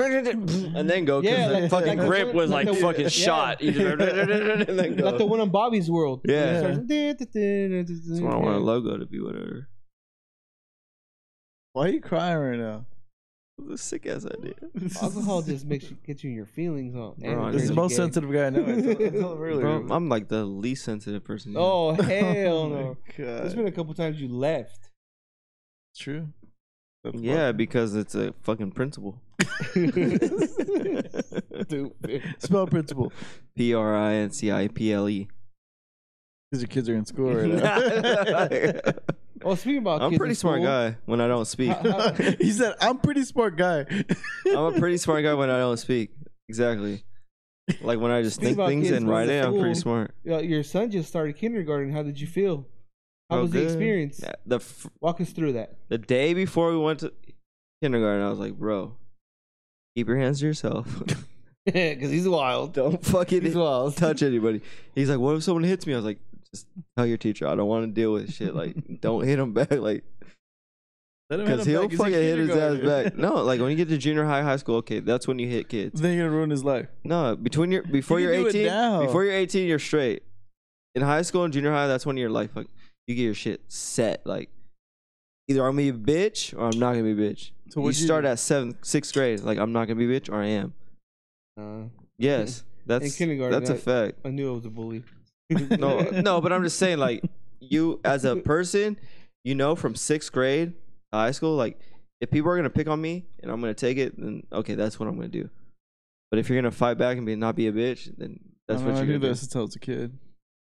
Speaker 3: then go
Speaker 2: 'cause Yeah, the like- fucking like the grip one- was, like, like the- fucking yeah. shot. You just- and
Speaker 3: then
Speaker 2: Like the one on Bobby's World.
Speaker 3: Yeah.
Speaker 2: That's
Speaker 3: That's why I want a logo to be whatever.
Speaker 1: Why are you crying right now?
Speaker 3: That's a sick ass idea.
Speaker 2: Alcohol just makes you get you in your feelings on.
Speaker 3: Bro,
Speaker 2: and it
Speaker 1: This is
Speaker 2: turns
Speaker 3: Crazy
Speaker 1: the
Speaker 2: you
Speaker 1: most
Speaker 2: gay.
Speaker 1: sensitive guy I know. I told, I told him earlier.
Speaker 3: Bro, I'm like the least sensitive person. you know.
Speaker 2: Oh hell
Speaker 1: my
Speaker 2: no! There's
Speaker 1: God.
Speaker 2: been a couple times you left.
Speaker 1: It's true. That's
Speaker 3: yeah, because it's a fucking principle.
Speaker 2: Stupid.
Speaker 1: fucked. Spell principle.
Speaker 3: P R I N C I P L E.
Speaker 1: Because your kids are in school right now.
Speaker 3: I'm
Speaker 2: Well, Oh, speaking about
Speaker 3: a
Speaker 2: kids
Speaker 3: pretty
Speaker 2: in
Speaker 3: smart
Speaker 2: school,
Speaker 3: guy when I don't speak.
Speaker 2: How-
Speaker 3: I'm
Speaker 1: he said, "I'm pretty smart guy."
Speaker 3: a pretty smart guy when I don't speak. Exactly. Like when I just
Speaker 2: Speaking
Speaker 3: think
Speaker 2: about
Speaker 3: things
Speaker 2: kids
Speaker 3: and
Speaker 2: going
Speaker 3: write
Speaker 2: to
Speaker 3: it, I'm pretty
Speaker 2: school.
Speaker 3: smart.
Speaker 2: you know, uh, your son just started kindergarten. How did you feel? How
Speaker 3: Oh,
Speaker 2: was the
Speaker 3: good.
Speaker 2: experience?
Speaker 3: The f-
Speaker 2: Walk us through that.
Speaker 3: The day before we went to kindergarten, I was like, bro, keep your hands to yourself.
Speaker 2: Because he's wild.
Speaker 3: don't fucking
Speaker 2: He's wild.
Speaker 3: touch anybody. He's like, what if someone hits me? I was like, just tell your teacher I don't want to deal with shit. Like, don't hit him back. Like,
Speaker 1: Let him hit
Speaker 3: because
Speaker 1: him
Speaker 3: he'll
Speaker 1: back. He's in
Speaker 3: fucking hit his ass
Speaker 1: kindergarten.
Speaker 3: back. No, like when you get to junior high, high school, okay, that's when you hit kids.
Speaker 1: Then you're gonna ruin his life.
Speaker 3: No, between your before
Speaker 1: You
Speaker 3: you
Speaker 1: can
Speaker 3: are
Speaker 1: do it
Speaker 3: 18,
Speaker 1: now.
Speaker 3: before you're 18, you're straight. In high school and junior high, that's when you're like, fuck, you get your shit set. Like, either I'm gonna be a bitch or I'm not gonna be a bitch.
Speaker 1: So
Speaker 3: you
Speaker 1: what'd you
Speaker 3: start
Speaker 1: do?
Speaker 3: at seventh, sixth grade. Like, I'm not gonna be a bitch or I am.
Speaker 2: Uh,
Speaker 3: Yes, that's
Speaker 2: kindergarten,
Speaker 3: That's a
Speaker 2: I-
Speaker 3: fact.
Speaker 2: I knew I was a bully.
Speaker 3: No, no, but I'm just saying, like, you as a person, you know from sixth grade to high school, like if people are gonna pick on me and I'm gonna take it, then okay, that's what I'm gonna do. But if you're gonna fight back and be not be a bitch, then that's
Speaker 1: I
Speaker 3: what
Speaker 1: know, I
Speaker 3: you're
Speaker 1: knew
Speaker 3: gonna do.
Speaker 1: this since I was a kid.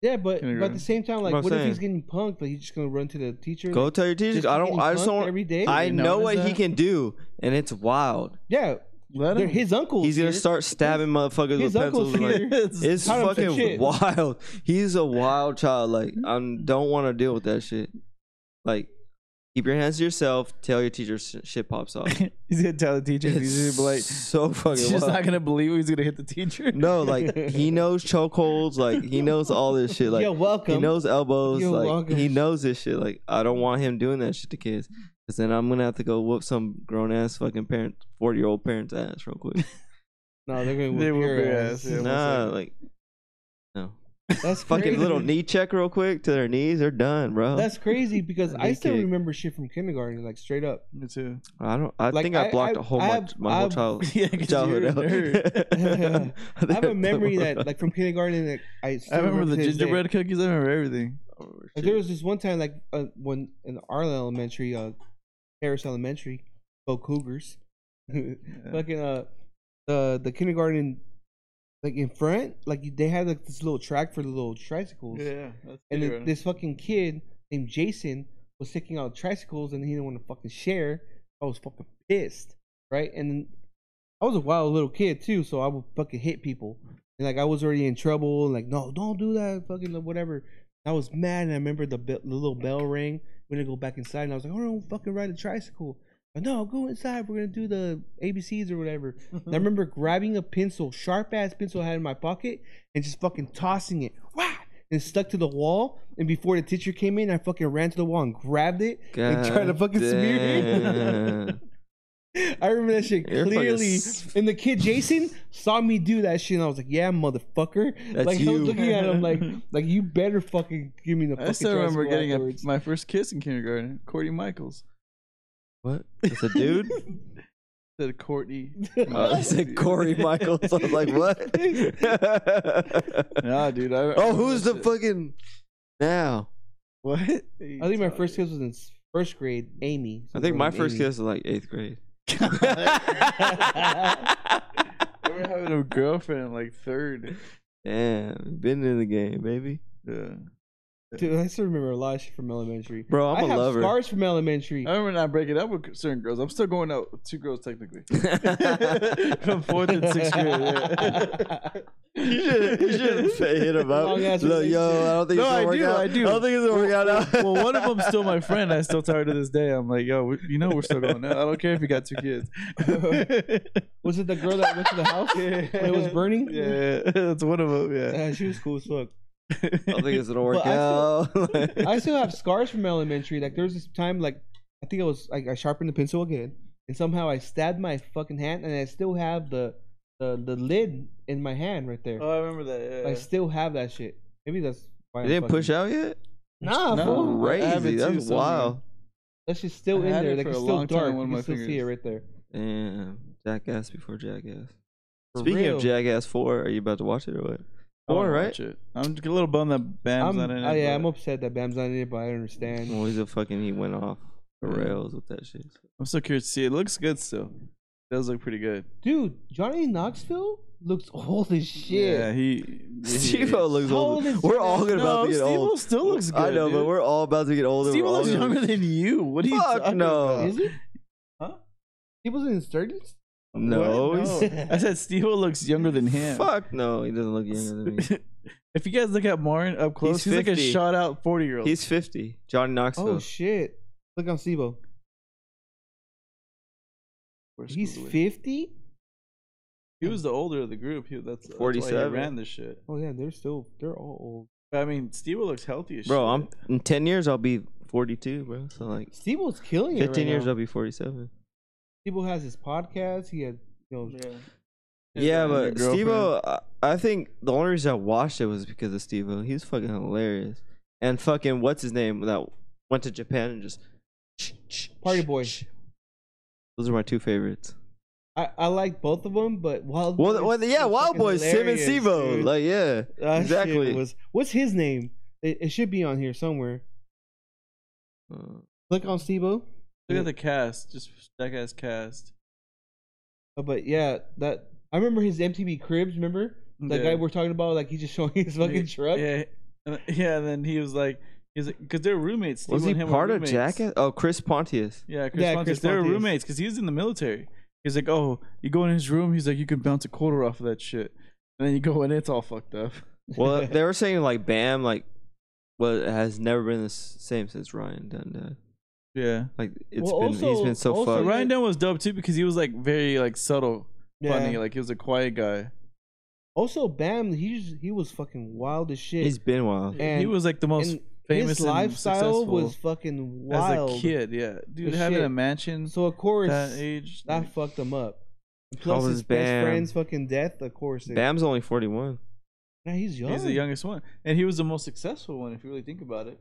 Speaker 2: Yeah, but, but at
Speaker 1: Kindergarten.
Speaker 2: the same time, like,
Speaker 3: That's
Speaker 2: what
Speaker 3: what I'm
Speaker 2: if he's
Speaker 3: saying.
Speaker 2: getting punked? Like, he's just gonna run to the teacher.
Speaker 3: Go tell your teachers.
Speaker 2: Just
Speaker 3: I
Speaker 2: getting
Speaker 3: don't. I just
Speaker 2: punked
Speaker 3: don't.
Speaker 2: every day.
Speaker 3: I
Speaker 1: You
Speaker 3: know what
Speaker 1: notice
Speaker 3: he
Speaker 1: that?
Speaker 3: can do, and it's wild.
Speaker 2: yeah,
Speaker 1: Let
Speaker 2: they're
Speaker 1: him.
Speaker 2: his uncle.
Speaker 3: He's gonna start stabbing motherfuckers
Speaker 2: his
Speaker 3: with
Speaker 2: uncle's
Speaker 3: pencils. and, Like,
Speaker 2: here.
Speaker 3: it's
Speaker 2: Taught him some
Speaker 3: fucking
Speaker 2: shit.
Speaker 3: wild. He's a wild child. Like I don't want to deal with that shit. Like keep your hands to yourself. Tell your teacher sh- shit pops off.
Speaker 1: he's gonna tell the teacher. He's
Speaker 3: It's
Speaker 1: gonna be like,
Speaker 3: so fucking
Speaker 1: she's
Speaker 3: wild.
Speaker 1: just not gonna believe he's gonna hit the teacher.
Speaker 3: no, like he knows chokeholds. Like he knows all this shit. Like
Speaker 2: You're welcome.
Speaker 3: he knows elbows.
Speaker 2: You're
Speaker 3: like
Speaker 2: welcome.
Speaker 3: he knows this shit. Like I don't want him doing that shit to kids. Cause then I'm gonna have to go whoop some grown ass fucking parent, forty year old parent's ass real quick.
Speaker 2: No, they're gonna
Speaker 1: They
Speaker 2: whip
Speaker 1: whoop
Speaker 2: your
Speaker 1: your
Speaker 2: ass.
Speaker 1: ass, yeah.
Speaker 3: nah, like no.
Speaker 2: That's
Speaker 3: Fucking
Speaker 2: crazy.
Speaker 3: little knee check real quick to their knees. They're done, bro.
Speaker 2: That's crazy because I
Speaker 3: Knee
Speaker 2: still
Speaker 3: kick.
Speaker 2: remember shit from kindergarten, like straight up.
Speaker 1: Me too.
Speaker 3: I don't. I
Speaker 2: Like,
Speaker 3: think I,
Speaker 2: I-
Speaker 3: blocked
Speaker 2: I-
Speaker 3: a whole
Speaker 2: I
Speaker 3: much
Speaker 2: have-
Speaker 3: my
Speaker 2: I
Speaker 3: whole
Speaker 2: have-
Speaker 3: child
Speaker 1: Yeah, 'cause
Speaker 3: childhood
Speaker 1: you're a
Speaker 3: out.
Speaker 1: nerd.
Speaker 3: think
Speaker 2: I have a
Speaker 3: blew
Speaker 2: memory
Speaker 3: it
Speaker 2: that,
Speaker 3: up.
Speaker 2: like, from kindergarten, like, I
Speaker 1: I
Speaker 2: still
Speaker 1: remember the
Speaker 2: to this day.
Speaker 1: gingerbread cookies. I remember everything.
Speaker 2: Like, there was this one time, like, uh, when in Arlen Elementary, uh, Harris Elementary, go Cougars. Fucking uh, the the kindergarten, like in front, like you- they had like this little track for the little tricycles, and then this fucking kid named Jason was taking out tricycles, and he didn't want to fucking share. I was fucking pissed, right? And then I was a wild little kid too, so I would fucking hit people, and like I was already in trouble. And, like, no, don't do that, fucking whatever. I was mad, and I remember the, be- the little bell rang. We're gonna go back inside, and I was like, I don't fucking ride a tricycle. Like, no, go inside. We're gonna do the ABCs or whatever. And I remember grabbing a pencil, sharp ass pencil I had in my pocket, and just fucking tossing it. Wah! And it stuck to the wall. And before the teacher came in, I fucking ran to the wall and grabbed it and tried to
Speaker 3: God
Speaker 2: fucking smear it.
Speaker 3: damn.
Speaker 2: I remember that shit
Speaker 3: You're fucking
Speaker 2: clearly.
Speaker 3: s-
Speaker 2: And the kid Jason saw me do that shit, and I was like, "Yeah, motherfucker!"
Speaker 3: That's
Speaker 2: like I
Speaker 3: you.
Speaker 2: was looking at him like, "Like you better fucking give me the."
Speaker 1: I
Speaker 2: fucking
Speaker 1: still remember
Speaker 2: tricycle
Speaker 1: getting a,
Speaker 2: afterwards.
Speaker 1: my first kiss in kindergarten. Courtney Michaels.
Speaker 3: What? It's a dude.
Speaker 1: Said Courtney.
Speaker 3: Uh, I said Corey Michaels. I was like, what?
Speaker 1: Nah, dude. I, I
Speaker 3: oh,
Speaker 1: remember
Speaker 3: who's
Speaker 1: that
Speaker 3: the
Speaker 1: shit.
Speaker 3: fucking now?
Speaker 1: What?
Speaker 2: I think my first kiss was in s- first grade. Amy.
Speaker 3: I think
Speaker 2: Girl
Speaker 3: my
Speaker 2: named
Speaker 3: first
Speaker 2: Amy.
Speaker 3: kiss was like eighth grade.
Speaker 1: I remember having a girlfriend in like third.
Speaker 3: Damn, been in the game, baby.
Speaker 1: Yeah.
Speaker 2: Dude, I still remember a lot of shit from elementary.
Speaker 3: Bro, I'm
Speaker 2: I
Speaker 3: am a
Speaker 2: have
Speaker 3: lover.
Speaker 2: scars from elementary.
Speaker 1: I remember not breaking up with certain girls. I'm still going out with two girls technically. From fourth and sixth grade. yeah.
Speaker 3: You should, you should hit him up.
Speaker 2: Long ass
Speaker 3: Look, yo, I don't think
Speaker 1: No,
Speaker 3: it's gonna
Speaker 1: I
Speaker 3: work
Speaker 1: do,
Speaker 3: out.
Speaker 1: I do.
Speaker 3: don't think it's gonna work out. now.
Speaker 1: well, one of them's still my friend. I still tell her to this day. I'm like, yo, we- you know, we're still going out. I don't care if you got two kids.
Speaker 2: was it the girl that went to the house when it was burning?
Speaker 1: Yeah, that's one of them. Yeah.
Speaker 2: Uh, she was cool as fuck.
Speaker 3: I don't think it's gonna work
Speaker 2: But I
Speaker 3: out.
Speaker 2: I still have scars from elementary. Like there was this time, like I think I was like I sharpened the pencil again, and somehow I stabbed my fucking hand, and I still have the the, the lid in my hand right there.
Speaker 1: Oh, I remember that.
Speaker 2: I still have that shit. Maybe that's why
Speaker 3: you didn't push out yet?
Speaker 2: Nah,
Speaker 1: No.
Speaker 2: fool.
Speaker 1: I have it
Speaker 3: Crazy.
Speaker 1: too
Speaker 3: That's
Speaker 1: somewhere.
Speaker 3: wild.
Speaker 2: That shit's still
Speaker 1: I
Speaker 2: in
Speaker 1: had
Speaker 2: there.
Speaker 1: it
Speaker 2: Like
Speaker 1: for
Speaker 2: it's
Speaker 1: a
Speaker 2: still
Speaker 1: long time
Speaker 2: dark.
Speaker 1: on
Speaker 2: You
Speaker 1: my
Speaker 2: can still see it
Speaker 1: fingers.
Speaker 2: right there.
Speaker 3: Damn. Jackass before Jackass.
Speaker 2: For
Speaker 3: Speaking
Speaker 2: real.
Speaker 3: of Jackass 4, are you about to watch it or what?
Speaker 1: I wanna
Speaker 3: Four, right?
Speaker 1: watch it. I'm just a little bummed that Bam's
Speaker 2: I'm,
Speaker 1: not in it.
Speaker 2: oh, yeah, I'm
Speaker 1: but
Speaker 2: upset that Bam's not in it, but I understand.
Speaker 3: Well, he's a fucking, he went off the
Speaker 1: Yeah.
Speaker 3: rails with that shit.
Speaker 1: I'm still curious to see. It looks good still. does look pretty good.
Speaker 2: Dude, Johnny Knoxville looks old as shit.
Speaker 1: Yeah, he. he
Speaker 3: Steve looks
Speaker 2: How
Speaker 3: old.
Speaker 2: old is
Speaker 3: We're all gonna
Speaker 1: no,
Speaker 3: about to get
Speaker 1: Steve
Speaker 3: old.
Speaker 1: still looks good.
Speaker 3: I know, but
Speaker 1: dude.
Speaker 3: we're all about to get older.
Speaker 1: Steve
Speaker 3: We're all
Speaker 1: looks
Speaker 3: gonna-
Speaker 1: younger than you. What are you
Speaker 3: Fuck
Speaker 1: talking
Speaker 3: no.
Speaker 1: about?
Speaker 2: Is he?
Speaker 1: Huh?
Speaker 2: He was in his thirties.
Speaker 3: No,
Speaker 1: What?
Speaker 3: he's-
Speaker 1: I said Steve looks younger than him.
Speaker 3: Fuck no, he doesn't look younger than me.
Speaker 1: if you guys look at Martin up close, he's, like a
Speaker 3: 50.
Speaker 1: shot out 40 year old.
Speaker 3: He's 50. Johnny Knoxville.
Speaker 2: Oh shit! Look on Sibo. He's
Speaker 3: eh?
Speaker 2: fifty.
Speaker 1: He was the older of the group. He, that's, that's 47.
Speaker 3: 47.
Speaker 1: Why he ran this shit.
Speaker 2: Oh yeah, they're still they're all
Speaker 1: But, I mean, Steve looks healthy as
Speaker 3: bro, I'm
Speaker 1: shit.
Speaker 3: in 10 years I'll be 42, bro. So like
Speaker 2: old. Sibo's killing it.
Speaker 3: 15 years
Speaker 2: Now.
Speaker 3: I'll be 47.
Speaker 2: Sibo has his podcast. He had you know.
Speaker 1: Yeah,
Speaker 3: Yeah,
Speaker 1: And
Speaker 3: but
Speaker 1: your
Speaker 3: Steve
Speaker 1: girlfriend.
Speaker 3: I I think the only reason I watched it was because of Steve O. He's fucking hilarious. And fucking, what's his name that went to Japan and just.
Speaker 2: Party Boy.
Speaker 3: Those are my two favorites.
Speaker 2: I, I like both of them, but Wild
Speaker 3: Well,
Speaker 2: Boys
Speaker 3: th- well yeah,
Speaker 2: was
Speaker 3: Wild
Speaker 2: fucking
Speaker 3: Boys, Sim and
Speaker 2: hilarious,
Speaker 3: Sivo.
Speaker 2: dude.
Speaker 3: Like, yeah.
Speaker 2: That shit
Speaker 3: exactly.
Speaker 2: was- what's his name? It, it should be on here somewhere.
Speaker 3: Uh,
Speaker 2: Click on Stebo.
Speaker 1: Look at the cast, just that guy's cast.
Speaker 2: Uh, But yeah, that I remember his MTV Cribs. Remember that
Speaker 1: Yeah.
Speaker 2: guy we're talking about? Like he's just showing his fucking truck.
Speaker 1: Yeah, and- yeah. And then he was like, he's because they're roommates. Steve
Speaker 3: was he
Speaker 1: and him were
Speaker 3: part of
Speaker 1: roommates.
Speaker 3: Jackass? Oh, Chris Pontius.
Speaker 1: Yeah, Chris
Speaker 2: Yeah,
Speaker 1: Pontius.
Speaker 2: Chris
Speaker 1: they were
Speaker 2: Pontius.
Speaker 1: roommates because he was in the military. He's like, oh, you go in his room. He's like, you can bounce a quarter off of that shit, and then you go in, it's all fucked up.
Speaker 3: Well, they were saying like Bam, like, well, it has never been the s- same since Ryan Dunn died.
Speaker 1: Yeah,
Speaker 3: Like, it's
Speaker 2: Well,
Speaker 3: been he's
Speaker 2: also-
Speaker 3: been so
Speaker 2: also-
Speaker 1: but
Speaker 3: fucked.
Speaker 1: Ryan Dunn was dope too because he was like very like subtle,
Speaker 2: Yeah.
Speaker 1: funny. Like he was a quiet guy.
Speaker 2: Also, Bam, he's he was fucking wild as shit.
Speaker 3: He's been wild.
Speaker 1: he
Speaker 2: And-
Speaker 1: was like the most
Speaker 2: And
Speaker 1: famous
Speaker 2: his
Speaker 1: and
Speaker 2: lifestyle was
Speaker 1: successful
Speaker 2: fucking wild.
Speaker 1: as a kid. Yeah, dude,
Speaker 2: as
Speaker 1: having a
Speaker 2: shit.
Speaker 1: mansion
Speaker 2: So of course
Speaker 1: that
Speaker 2: that,
Speaker 1: age. like,
Speaker 2: fucked him up. And Plus
Speaker 3: was
Speaker 2: his
Speaker 3: Bam?
Speaker 2: best friend's fucking death. Of course, it,
Speaker 3: Bam's only forty one.
Speaker 2: Nah, he's young.
Speaker 1: He's the youngest one, and he was the most successful one if you really think about it.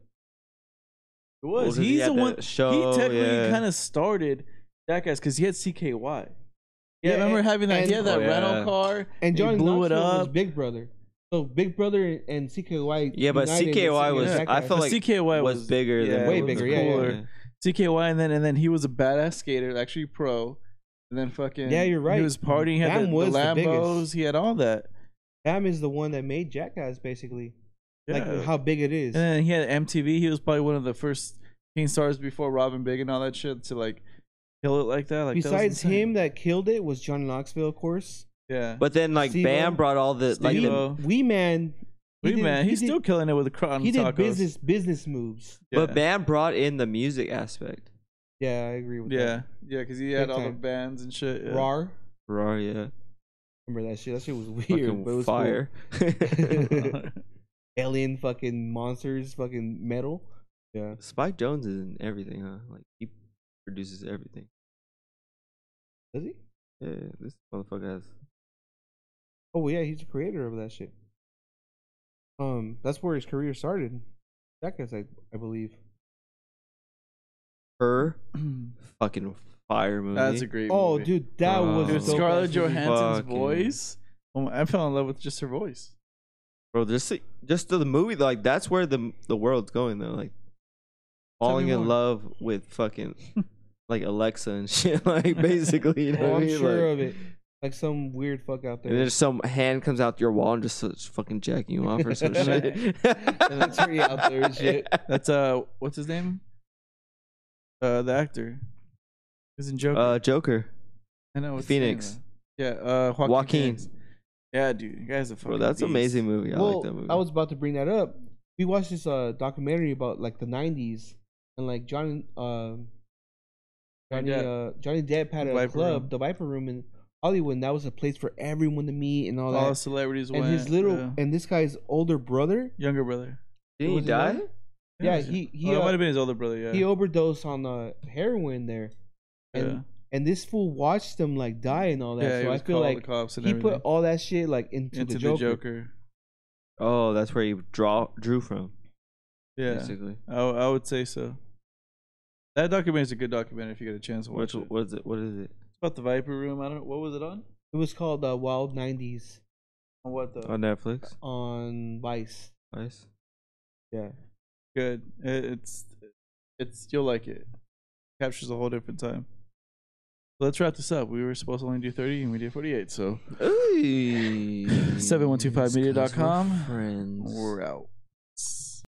Speaker 1: It
Speaker 3: Well,
Speaker 1: was.
Speaker 3: 'cause he
Speaker 1: He's
Speaker 3: had
Speaker 1: the
Speaker 3: that
Speaker 1: one.
Speaker 3: show,
Speaker 1: he technically
Speaker 3: yeah.
Speaker 1: kind of started that guy's because he had CKY. Yeah,
Speaker 2: Yeah,
Speaker 1: I remember
Speaker 2: and-
Speaker 1: having that.
Speaker 2: and-
Speaker 1: he had that
Speaker 3: Oh, yeah.
Speaker 1: rental car.
Speaker 2: And
Speaker 1: he
Speaker 2: Johnny
Speaker 1: blew
Speaker 2: blew
Speaker 1: it
Speaker 2: was
Speaker 1: up.
Speaker 2: Big Brother. So Big Brother and CKY.
Speaker 3: Yeah, but
Speaker 2: united with
Speaker 3: CKY was.
Speaker 2: Jackass.
Speaker 3: I felt
Speaker 1: But
Speaker 3: like
Speaker 1: CKY
Speaker 3: was,
Speaker 1: was-
Speaker 3: bigger
Speaker 1: yeah,
Speaker 3: than
Speaker 2: Way
Speaker 3: was
Speaker 2: bigger, yeah, yeah.
Speaker 1: cooler. CKY, and then and then he was a badass skater, actually pro. And then fucking
Speaker 2: Yeah, you're right.
Speaker 1: He was partying. He had
Speaker 2: Bam
Speaker 1: the,
Speaker 2: was
Speaker 1: the
Speaker 2: the
Speaker 1: Lambos.
Speaker 2: biggest.
Speaker 1: he had all that.
Speaker 2: Bam is the one that made Jackass basically.
Speaker 1: Yeah.
Speaker 2: Like how big it is.
Speaker 1: And then he had MTV. He was probably one of the first teen stars before Robin Big and all that shit to like kill it like that. Like that was
Speaker 2: Besides
Speaker 1: insane.
Speaker 2: him, that killed it was Johnny Knoxville, of course.
Speaker 1: yeah.
Speaker 3: But then like
Speaker 2: Steve-O.
Speaker 3: Bam brought all the like
Speaker 1: Steve-O.
Speaker 3: the,
Speaker 1: Oh.
Speaker 2: Wee Man. he
Speaker 1: Wait,
Speaker 2: did-
Speaker 1: man,
Speaker 2: he
Speaker 1: he's
Speaker 2: did-
Speaker 1: still killing it with the crowd.
Speaker 2: He
Speaker 1: and
Speaker 2: did
Speaker 1: tacos.
Speaker 2: business business moves.
Speaker 1: Yeah.
Speaker 3: but Bam brought in the music aspect.
Speaker 2: Yeah, I agree with
Speaker 1: Yeah, yeah, because he had
Speaker 2: Big
Speaker 1: all the
Speaker 2: time.
Speaker 1: bands and shit.
Speaker 2: that.
Speaker 1: Yeah.
Speaker 2: Rar.
Speaker 3: Raw, yeah,
Speaker 2: Remember that shit? That shit was weird,
Speaker 3: fucking
Speaker 2: but it was cool.
Speaker 3: fire.
Speaker 2: Alien fucking monsters, fucking metal. Yeah.
Speaker 3: Spike Jones is in everything, huh? Like he produces everything.
Speaker 2: Does he?
Speaker 3: Yeah, this motherfucker has.
Speaker 2: Oh yeah, he's the creator of that shit. Um, that's where his career started. Jackass, I, I believe.
Speaker 3: her fucking fire movie.
Speaker 1: That's a great.
Speaker 2: Oh,
Speaker 1: movie.
Speaker 2: dude, that was
Speaker 3: Dude,
Speaker 2: a
Speaker 1: dude,
Speaker 2: dope-ass
Speaker 1: Scarlett
Speaker 2: movie.
Speaker 1: Johansson's
Speaker 3: Fucking-
Speaker 1: voice. Oh, my- I fell in love with just her voice.
Speaker 3: bro. Just just the movie, like that's where the the world's going though. Like
Speaker 1: Tell me
Speaker 3: falling in
Speaker 1: more.
Speaker 3: love with fucking like Alexa and shit. Like basically, you know
Speaker 2: Oh,
Speaker 3: what I
Speaker 2: I'm
Speaker 3: mean?
Speaker 2: sure
Speaker 3: Like,
Speaker 2: of it. Like some weird fuck out
Speaker 3: And
Speaker 2: there.
Speaker 3: there's some hand comes out your wall and just starts fucking jacking you off or some
Speaker 1: And
Speaker 3: shit.
Speaker 2: that's pretty out there and shit.
Speaker 1: That's uh, what's his name? Uh, the actor. He's in Joker.
Speaker 3: Uh, Joker.
Speaker 1: I know what's his name,
Speaker 3: Phoenix.
Speaker 1: though. yeah, uh, Joaquin.
Speaker 3: Joaquin.
Speaker 1: Phoenix. Yeah, dude, you guys are fucking.
Speaker 3: Bro, that's
Speaker 1: beast.
Speaker 3: an amazing movie. I
Speaker 2: well,
Speaker 3: like that movie.
Speaker 2: I was about to bring that up. We watched this uh documentary about like the '90s and like John, uh, Johnny,
Speaker 1: Depp.
Speaker 2: uh, Johnny Depp had a
Speaker 1: Viper
Speaker 2: club,
Speaker 1: Room.
Speaker 2: the Viper Room in Hollywood. and That was a place for everyone to meet and all
Speaker 1: All,
Speaker 2: that.
Speaker 1: the celebrities
Speaker 2: and
Speaker 1: went.
Speaker 2: his little
Speaker 1: yeah.
Speaker 2: and this guy's older brester.
Speaker 1: younger brother.
Speaker 3: Did
Speaker 2: was
Speaker 3: he
Speaker 2: his
Speaker 3: die?
Speaker 2: brother? Yeah,
Speaker 1: he's-
Speaker 2: he he
Speaker 1: Oh, it
Speaker 2: uh,
Speaker 1: might have been his older brother. Yeah.
Speaker 2: he overdosed on uh, heroin there, and
Speaker 1: Yeah.
Speaker 2: and this fool watched him like die and all that.
Speaker 1: yeah, he
Speaker 2: so I
Speaker 1: was
Speaker 2: feel
Speaker 1: called
Speaker 2: like
Speaker 1: the cops and
Speaker 2: he
Speaker 1: everything.
Speaker 2: put all that shit like into,
Speaker 1: into
Speaker 2: the, Joker.
Speaker 3: Oh, that's where he draw drew from.
Speaker 1: Yeah,
Speaker 3: Basically.
Speaker 1: I, I would say so. That documentary is a good documentary if you get a chance to watch
Speaker 3: Which
Speaker 1: it.
Speaker 3: what is it? What is it?
Speaker 1: It's about the Viper Room. I don't know what was it on.
Speaker 2: It was called uh, Wild '90s
Speaker 1: On what though?
Speaker 3: On Netflix.
Speaker 2: on Vice.
Speaker 3: Nice.
Speaker 2: Yeah,
Speaker 1: good. It, it's it's you'll like it. Captures a whole different time. Let's wrap this up. We were supposed to only do thirty, and we did forty-eight. So
Speaker 3: Ooh.
Speaker 1: 7125media.com.
Speaker 3: Friends.
Speaker 1: we're out.